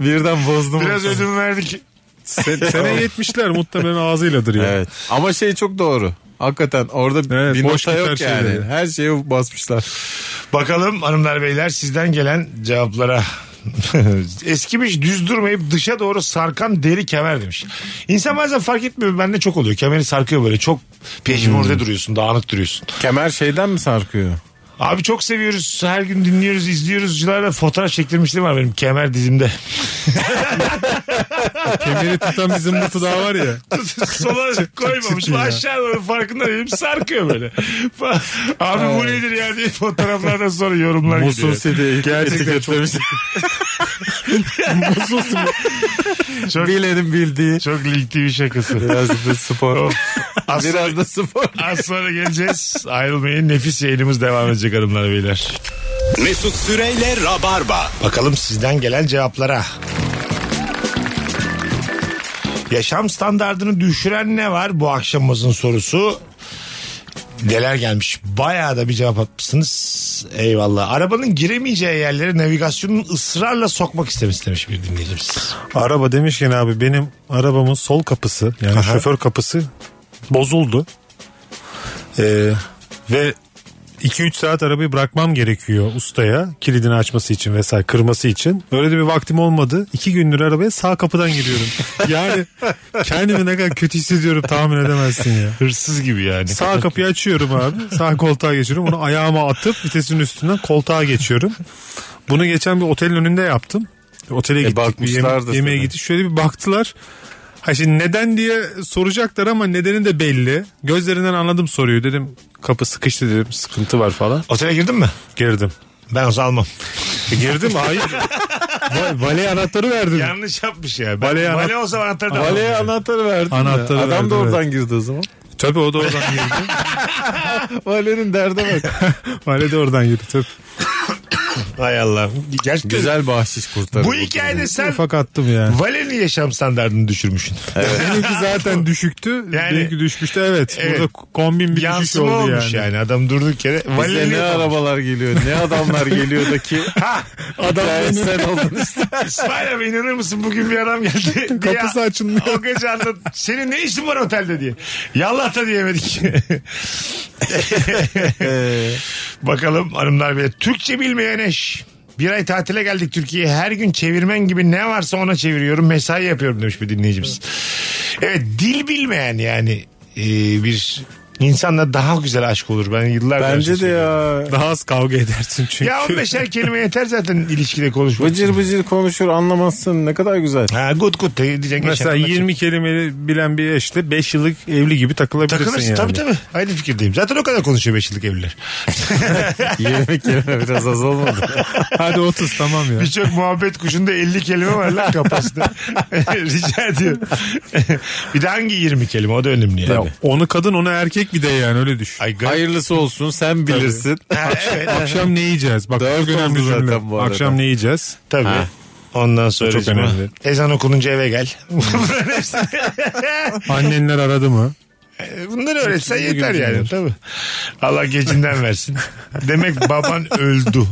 S3: Birden bozdum.
S2: Biraz ödün verdik.
S4: Sen- Sene 70'ler muhtemelen ağzıyladır ya.
S3: Evet. Ama şey çok doğru. Hakikaten orada
S4: Evet,
S3: bir
S4: boş şey
S3: nota yok
S4: gitar
S3: yani.
S4: şeyleri.
S3: Her şeye basmışlar.
S2: Bakalım hanımlar beyler sizden gelen cevaplara. Eskimiş düz durmayıp dışa doğru sarkan deri kemer demiş. İnsan bazen fark etmiyor. Bende çok oluyor. Kemeri sarkıyor böyle. Çok peşimurde duruyorsun. Dağınık duruyorsun.
S3: Kemer şeyden mi sarkıyor?
S2: Abi çok seviyoruz. Her gün dinliyoruz, izliyoruz. Cılarla fotoğraf çektirmiştim var benim kemer dizimde.
S4: Kemeri tutan şey bizim mutlu daha var ya.
S2: Sola koymamışım. Aşağı doğru farkında değilim. Sarkıyor böyle. Abi bu nedir ya diye fotoğraflardan sonra yorumlar
S3: Musul
S2: gidiyor.
S3: City etiketlemiş.
S2: Çok,
S3: Bilenin bildiği.
S2: çok Lig TV şakası.
S3: Biraz da spor.
S2: Of. Az,
S3: Biraz da spor.
S2: az sonra geleceğiz. Ayrılmayın. Nefis yayınımız devam edecek hanımlar beyler.
S1: Mesut Süreyle Rabarba.
S2: Bakalım sizden gelen cevaplara. Yaşam standartını düşüren ne var bu akşamımızın sorusu? Neler gelmiş? Bayağı da bir cevap atmışsınız. Eyvallah. Arabanın giremeyeceği yerlere navigasyonun ısrarla sokmak istemesi demiş bir dinleyicimiz.
S4: Araba demişken abi benim arabamın sol kapısı yani
S2: Aha.
S4: şoför kapısı bozuldu. Ee, ve 2-3 saat arabayı bırakmam gerekiyor ustaya kilidini açması için vesaire kırması için. Öyle de bir vaktim olmadı. 2 gündür arabaya sağ kapıdan giriyorum. yani kendimi ne kadar kötü hissediyorum tahmin edemezsin ya.
S2: Hırsız gibi yani.
S4: Sağ kapıyı açıyorum abi. Sağ koltuğa geçiyorum. Onu ayağıma atıp vitesin üstünden koltuğa geçiyorum. Bunu geçen bir otelin önünde yaptım. Otele gittik. bir yeme-
S3: bakmışlardı
S4: yemeğe
S3: sana.
S4: gittik. Şöyle bir baktılar. Ha şimdi neden diye soracaklar ama nedeni de belli. Gözlerinden anladım soruyu. Dedim kapı sıkıştı dedim. Sıkıntı var falan.
S2: Otele girdin mi?
S4: Girdim.
S2: Ben olsa almam.
S4: E, girdim hayır. Va- Valeye anahtarı verdim.
S2: Yanlış yapmış ya. Ben,
S4: Vale
S2: vale,
S4: ana-
S2: olsa anahtarı da almam.
S3: Valeye anahtarı verdin.
S4: Anahtarı
S3: Anahtarı Adam
S4: verdim,
S3: da
S4: evet.
S3: oradan girdi o zaman.
S4: Tabii o da oradan girdi.
S3: Valenin derde bak.
S4: Vale de oradan girdi. Tabii.
S2: Hay Allah. Gerçekten
S3: Güzel bahşiş kurtarır.
S2: Bu hikayede E sen
S4: Ufak attım yani.
S2: Vale'nin yaşam standartını düşürmüşsün.
S4: Benimki zaten düşüktü.
S2: Yani-
S4: Benimki düşmüştü evet.
S2: Evet.
S4: Burada kombin bir düşüş
S2: Yansıma
S4: oldu
S2: olmuş yani.
S4: yani.
S2: Adam durduk yere.
S3: Bize
S2: Vale'nin
S3: ne arabalar geliyor, ne adamlar geliyor da ki adam sen oldun işte.
S2: İsmail abi inanır mısın bugün bir adam geldi. diye
S4: Kapısı açılmıyor.
S2: O gece anlat. Senin ne işin var otelde diye. Yallah da diyemedik. Bakalım hanımlar bile. Türkçe bilmeyen eş. Bir ay tatile geldik Türkiye'ye. Her gün çevirmen gibi ne varsa ona çeviriyorum. Mesai yapıyorum demiş bir dinleyicimiz. Evet dil bilmeyen yani e, bir insanla daha güzel aşk olur. Ben yıllardır
S3: Bence de
S2: söylüyorum.
S3: ya.
S4: Daha az kavga edersin çünkü.
S2: Ya 15'er kelime yeter zaten ilişkide konuşmak.
S3: Bıcır bıcır konuşur anlamazsın ne kadar güzel.
S2: Ha good good diyeceksin.
S4: Mesela
S2: Geçen-
S4: 20 kelimeli bilen bir eşle 5 yıllık evli gibi takılabilirsin
S2: Takılırsın
S4: yani.
S2: tabii tabii. Aynı fikirdeyim. Zaten o kadar konuşuyor beş yıllık evliler.
S3: Yemek yerine biraz az olmadı.
S4: Hadi 30 tamam ya.
S2: Birçok muhabbet kuşunda 50 kelime var lan kafasında. Rica ediyorum. bir de hangi 20 kelime o da önemli yani.
S4: Ya onu kadın onu erkek bir de yani öyle düşün.
S2: Ay, garip.
S3: Hayırlısı olsun sen bilirsin.
S2: Ha, evet
S4: Akşam ne yiyeceğiz? Bak
S3: Dört
S4: çok önemli
S3: oldu zaten
S4: cümle.
S3: bu arada.
S4: Akşam ne yiyeceğiz?
S2: tabii.
S3: Ha.
S2: Ondan sonra
S4: Çok
S2: cuma.
S4: önemli.
S2: ezan okununca eve gel. Bunların hepsi-
S4: Annenler aradı mı?
S2: Bunları öğretsen yeter yani tabii. Allah gecinden versin. Demek baban öldü.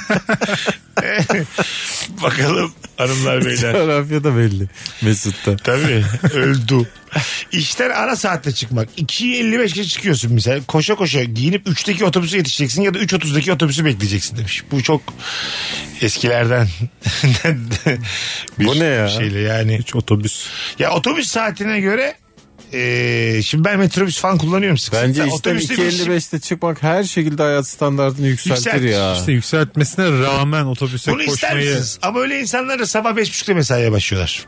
S2: Bakalım hanımlar beyler.
S3: Coğrafyada belli. Mesut'ta.
S2: Tabii öldü. İşten ara saatte çıkmak. 2.55 geçe çıkıyorsun mesela. Koşa koşa giyinip 3'teki otobüse yetişeceksin ya da 3.30'daki otobüsü bekleyeceksin demiş. Bu çok eskilerden bir
S3: Bu ne ya?
S2: şeyle yani.
S4: Hiç otobüs.
S2: Ya otobüs saatine göre e, şimdi ben metrobüs falan kullanıyorum sık sık.
S3: Bence
S2: Sen
S3: işte
S2: otobüste bir şey-
S3: 2.55'te çıkmak her şekilde hayat standartını yükseltir
S2: Yükselt.
S3: ya.
S4: İşte yükseltmesine rağmen otobüse
S2: Bunu ister
S4: koşmayı.
S2: misiniz? Ama öyle insanlar da sabah 5.30'da mesaiye başlıyorlar.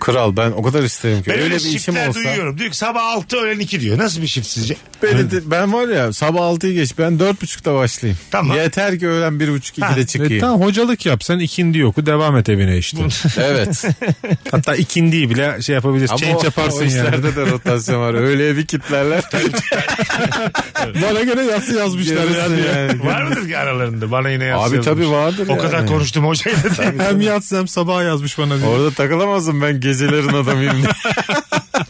S3: Kral ben o kadar isterim ki.
S2: Ben
S3: öyle
S2: öyle,
S3: bir işim
S2: shiftler
S3: olsa.
S2: duyuyorum. Diyor ki sabah 6 öğlen 2 diyor. Nasıl bir shift sizce?
S3: Beni de- ben var ya sabah 6'yı geç ben 4.30'da başlayayım.
S2: Tamam.
S3: Yeter ki öğlen 1.30-2'de
S4: E,
S3: çıkayım.
S4: tamam hocalık yap sen ikindi yoku devam et evine işte.
S3: Evet.
S4: Hatta ikindiyi bile şey yapabilirsin.
S3: Ama
S4: change
S3: o,
S4: yaparsın
S3: o
S4: yani.
S3: işlerde de rotasyon var. Öyle bir kitlerler.
S4: Bana göre yatsı yazmışlar
S3: Gerisi
S4: yani.
S3: yani.
S2: Var mıdır ki aralarında? Bana yine yazsın.
S3: Abi tabii vardır
S2: O
S3: yani.
S2: kadar konuştum hocayla diye.
S4: Hem yatsı hem sabah yazmış bana. diyor.
S3: Orada takılamazsın ben gecelerin adamıyım. diye.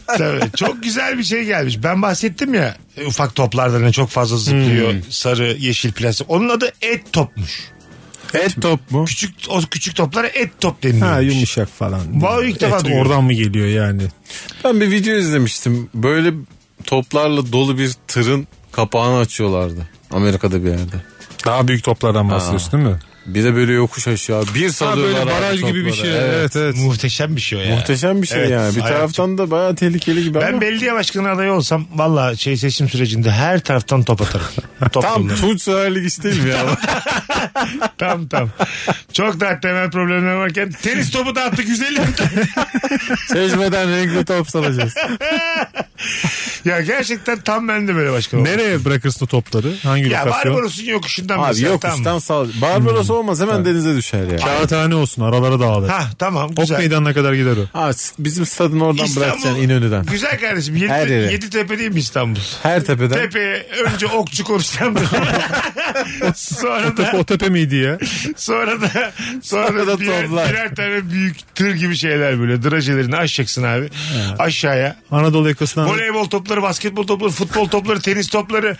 S2: Tabii. Çok güzel bir şey gelmiş. Ben bahsettim ya e, ufak toplardan hani çok fazla zıplıyor.
S3: Hmm.
S2: Sarı, yeşil, plastik. Onun adı et topmuş.
S4: Et top mu?
S2: Küçük o küçük toplara et top deniliyor.
S4: Ha yumuşak falan.
S2: Vallahi ilk defa
S4: Et
S2: duyuyorum.
S4: oradan mı geliyor yani?
S3: ben bir video izlemiştim. Böyle toplarla dolu bir tırın kapağını açıyorlardı. Amerika'da bir yerde.
S4: Daha büyük toplardan bahsediyorsun değil mi?
S3: Bir de böyle yokuş aşağı bir
S4: Ha
S3: salıyorlar.
S4: böyle
S3: abi
S4: baraj gibi bir
S3: topları.
S4: şey. Evet evet.
S2: Muhteşem bir şey o ya.
S3: Muhteşem bir şey
S2: Evet,
S3: yani. Bir
S2: hayat
S3: taraftan da bayağı tehlikeli gibi
S2: Ben
S3: ama.
S2: belediye başkanı adayı olsam valla şey seçim sürecinde her taraftan top atarım. Top
S3: Tam
S2: tam,
S3: Tunç Süper Ligi değil mi ya?
S2: tam tam. Çok daha temel problemler varken tenis topu da attık 150
S3: Seçmeden renkli top salacağız.
S2: ya gerçekten tam ben de böyle başkan olurum.
S4: Nereye bırakırsın o topları? Hangi
S2: Ya
S4: lokasyon?
S2: Barbaros'un yokuşundan
S3: Abi
S2: mesela,
S3: yokuştan
S2: tamam.
S3: sal. Barbaros olmaz hemen denize düşer ya.
S4: Hmm. Kağıthane olsun aralara dağılır.
S2: Ha tamam
S4: Ok
S2: güzel.
S4: meydanına kadar gider o.
S3: Ha, bizim stadın oradan bırakacaksın İnönü'den.
S2: Güzel kardeşim.
S3: Her
S2: Yedi,
S3: yere.
S2: yedi tepe değil mi İstanbul?
S3: Her tepeden.
S2: Tepeye önce okçu konuştan sonra da
S4: O tepe miydi ya?
S2: sonra da sonra da
S3: Sonra da
S2: birer,
S3: toplar.
S2: birer tane büyük tır gibi şeyler böyle drajelerini aşacaksın abi aşağıya
S4: Anadolu yakasından.
S2: voleybol topları basketbol topları futbol topları tenis topları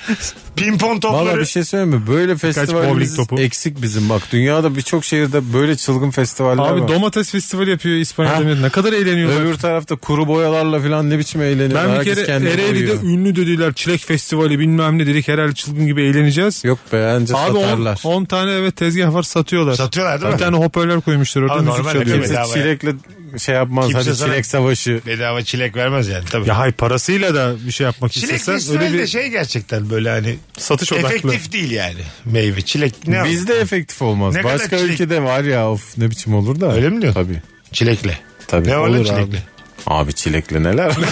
S2: pimpon
S3: Valla
S2: topları
S3: bir şey söyleyeyim mi? Böyle
S4: bowling
S3: festivalimiz
S4: topu?
S3: eksik bizim bak. Dünyada birçok şehirde böyle çılgın festivaller
S4: Abi
S3: var.
S4: domates festivali yapıyor
S3: Ha.
S4: İspanya'da. millet. Ne kadar eğleniyorlar.
S3: Öbür tarafta kuru boyalarla falan ne biçim eğleniyor.
S4: ben bir
S3: Herkes
S4: kere
S3: kendini
S4: Ereğli'de
S3: boyuyor.
S4: ünlü dediler çilek festivali bilmem ne dedik herhalde çılgın gibi eğleneceğiz.
S3: Yok be anca
S4: Abi
S3: satarlar.
S4: 10 tane evet tezgah var satıyorlar.
S2: Satıyorlar değil
S4: bir
S2: mi?
S4: tane hoparlör koymuşlar orada
S2: Abi
S4: müzik
S2: normal
S4: çalıyor.
S2: evet.
S3: Kimse
S2: bedava ya.
S3: çilekle şey yapmaz.
S2: Kimse
S3: Hadi
S2: sana-
S3: çilek savaşı.
S2: bedava çilek vermez yani tabii.
S4: Ya hay parasıyla da bir şey yapmak
S2: Çilek
S4: istesen öyle
S2: festivali
S4: bir
S2: de şey gerçekten böyle hani
S4: satış odaklı.
S2: efektif değil yani meyve çilek ne
S3: Bizde efektif olmaz.
S2: Ne kadar
S3: Başka
S2: çilek-
S3: ülkede var ya of ne biçim olur da.
S2: Öyle mi diyorsun?
S3: Tabii.
S2: çilekle
S3: Tabii.
S2: ne var lan
S3: Olur
S2: çilekle
S3: Abi. abi çilekle neler?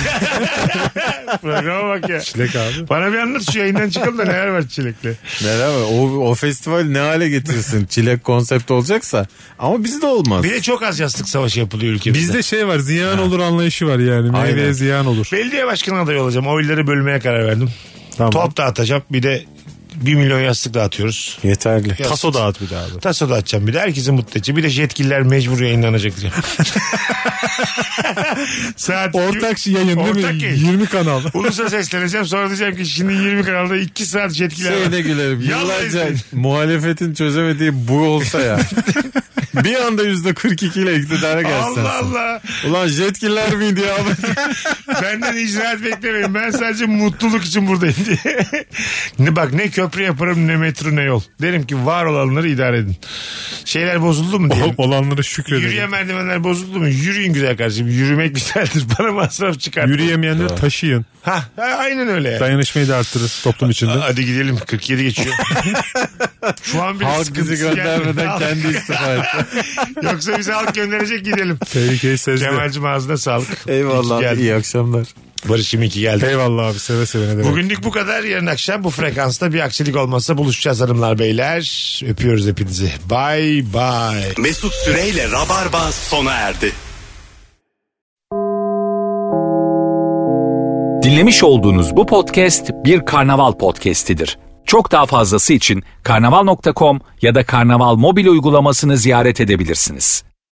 S2: Programa bak ya.
S4: Çilek abi.
S2: Bana bir anlat şu yayından çıkalım da neler var çilekli.
S3: neler var? O, o festival ne hale getirsin? çilek konsept olacaksa. Ama bizde olmaz.
S2: Bir de çok az yastık savaşı yapılıyor ülkemizde.
S4: Bizde şey var ziyan olur anlayışı var yani.
S3: Aynen.
S4: Meyveye ziyan olur.
S2: Belediye başkanı adayı olacağım. Oyları bölmeye karar verdim.
S4: Tamam.
S2: Top dağıtacağım. Bir de 1 milyon yastık dağıtıyoruz.
S3: Yeterli.
S4: Taso dağıt bir daha abi.
S2: Taso dağıtacağım bir de herkesi mutlu edeceğim. Bir de yetkililer mecbur yayınlanacak diye. Saat
S4: Ortak yayın değil
S2: Ortak
S4: mi?
S2: yayın.
S4: 20 kanal.
S2: Ulusa sesleneceğim sonra diyeceğim ki şimdi 20 kanalda 2 saat yetkililer var.
S3: Şeyine gülerim.
S2: Yalnız-
S3: Yıllarca muhalefetin çözemediği bu olsa ya. bir anda yüzde 42 ile iktidara gelsin.
S2: Allah Allah.
S3: Ulan yetkililer miydi ya?
S2: Benden icraat beklemeyin. Ben sadece mutluluk için buradayım diye. ne bak ne köprü yaparım ne metro ne yol. Derim ki var olanları idare edin. Şeyler bozuldu mu diyelim.
S4: Olanlara şükredelim.
S2: Yürüyen merdivenler bozuldu mu? Yürüyün güzel kardeşim. Yürümek güzeldir. Bana masraf çıkar.
S4: Yürüyemeyenleri taşıyın.
S2: Ha, ha, aynen öyle. yani.
S4: Dayanışmayı da arttırır toplum içinde.
S2: Hadi gidelim 47 geçiyor. Şu an bile
S3: Halk
S2: sıkıntısı
S3: bizi göndermeden
S2: geldi.
S3: kendi istifa etti.
S2: Yoksa bize halk gönderecek gidelim.
S4: Tehlikeyi sezdi.
S2: Kemal'cim ağzına sağlık. İyi ki
S3: Eyvallah.
S2: geldin.
S3: İyi akşamlar.
S2: Barış'ım iyi ki geldin.
S4: Eyvallah abi seve seve ne demek.
S2: Bugünlük bu kadar. Yarın akşam bu frekansta bir aksilik olmazsa buluşacağız hanımlar beyler. Öpüyoruz hepinizi. Bye bye.
S1: Mesut Süreyle Rabarba sona erdi.
S6: Dinlemiş olduğunuz bu podcast bir karnaval podcastidir. Çok daha fazlası için karnaval.com ya da karnaval mobil uygulamasını ziyaret edebilirsiniz.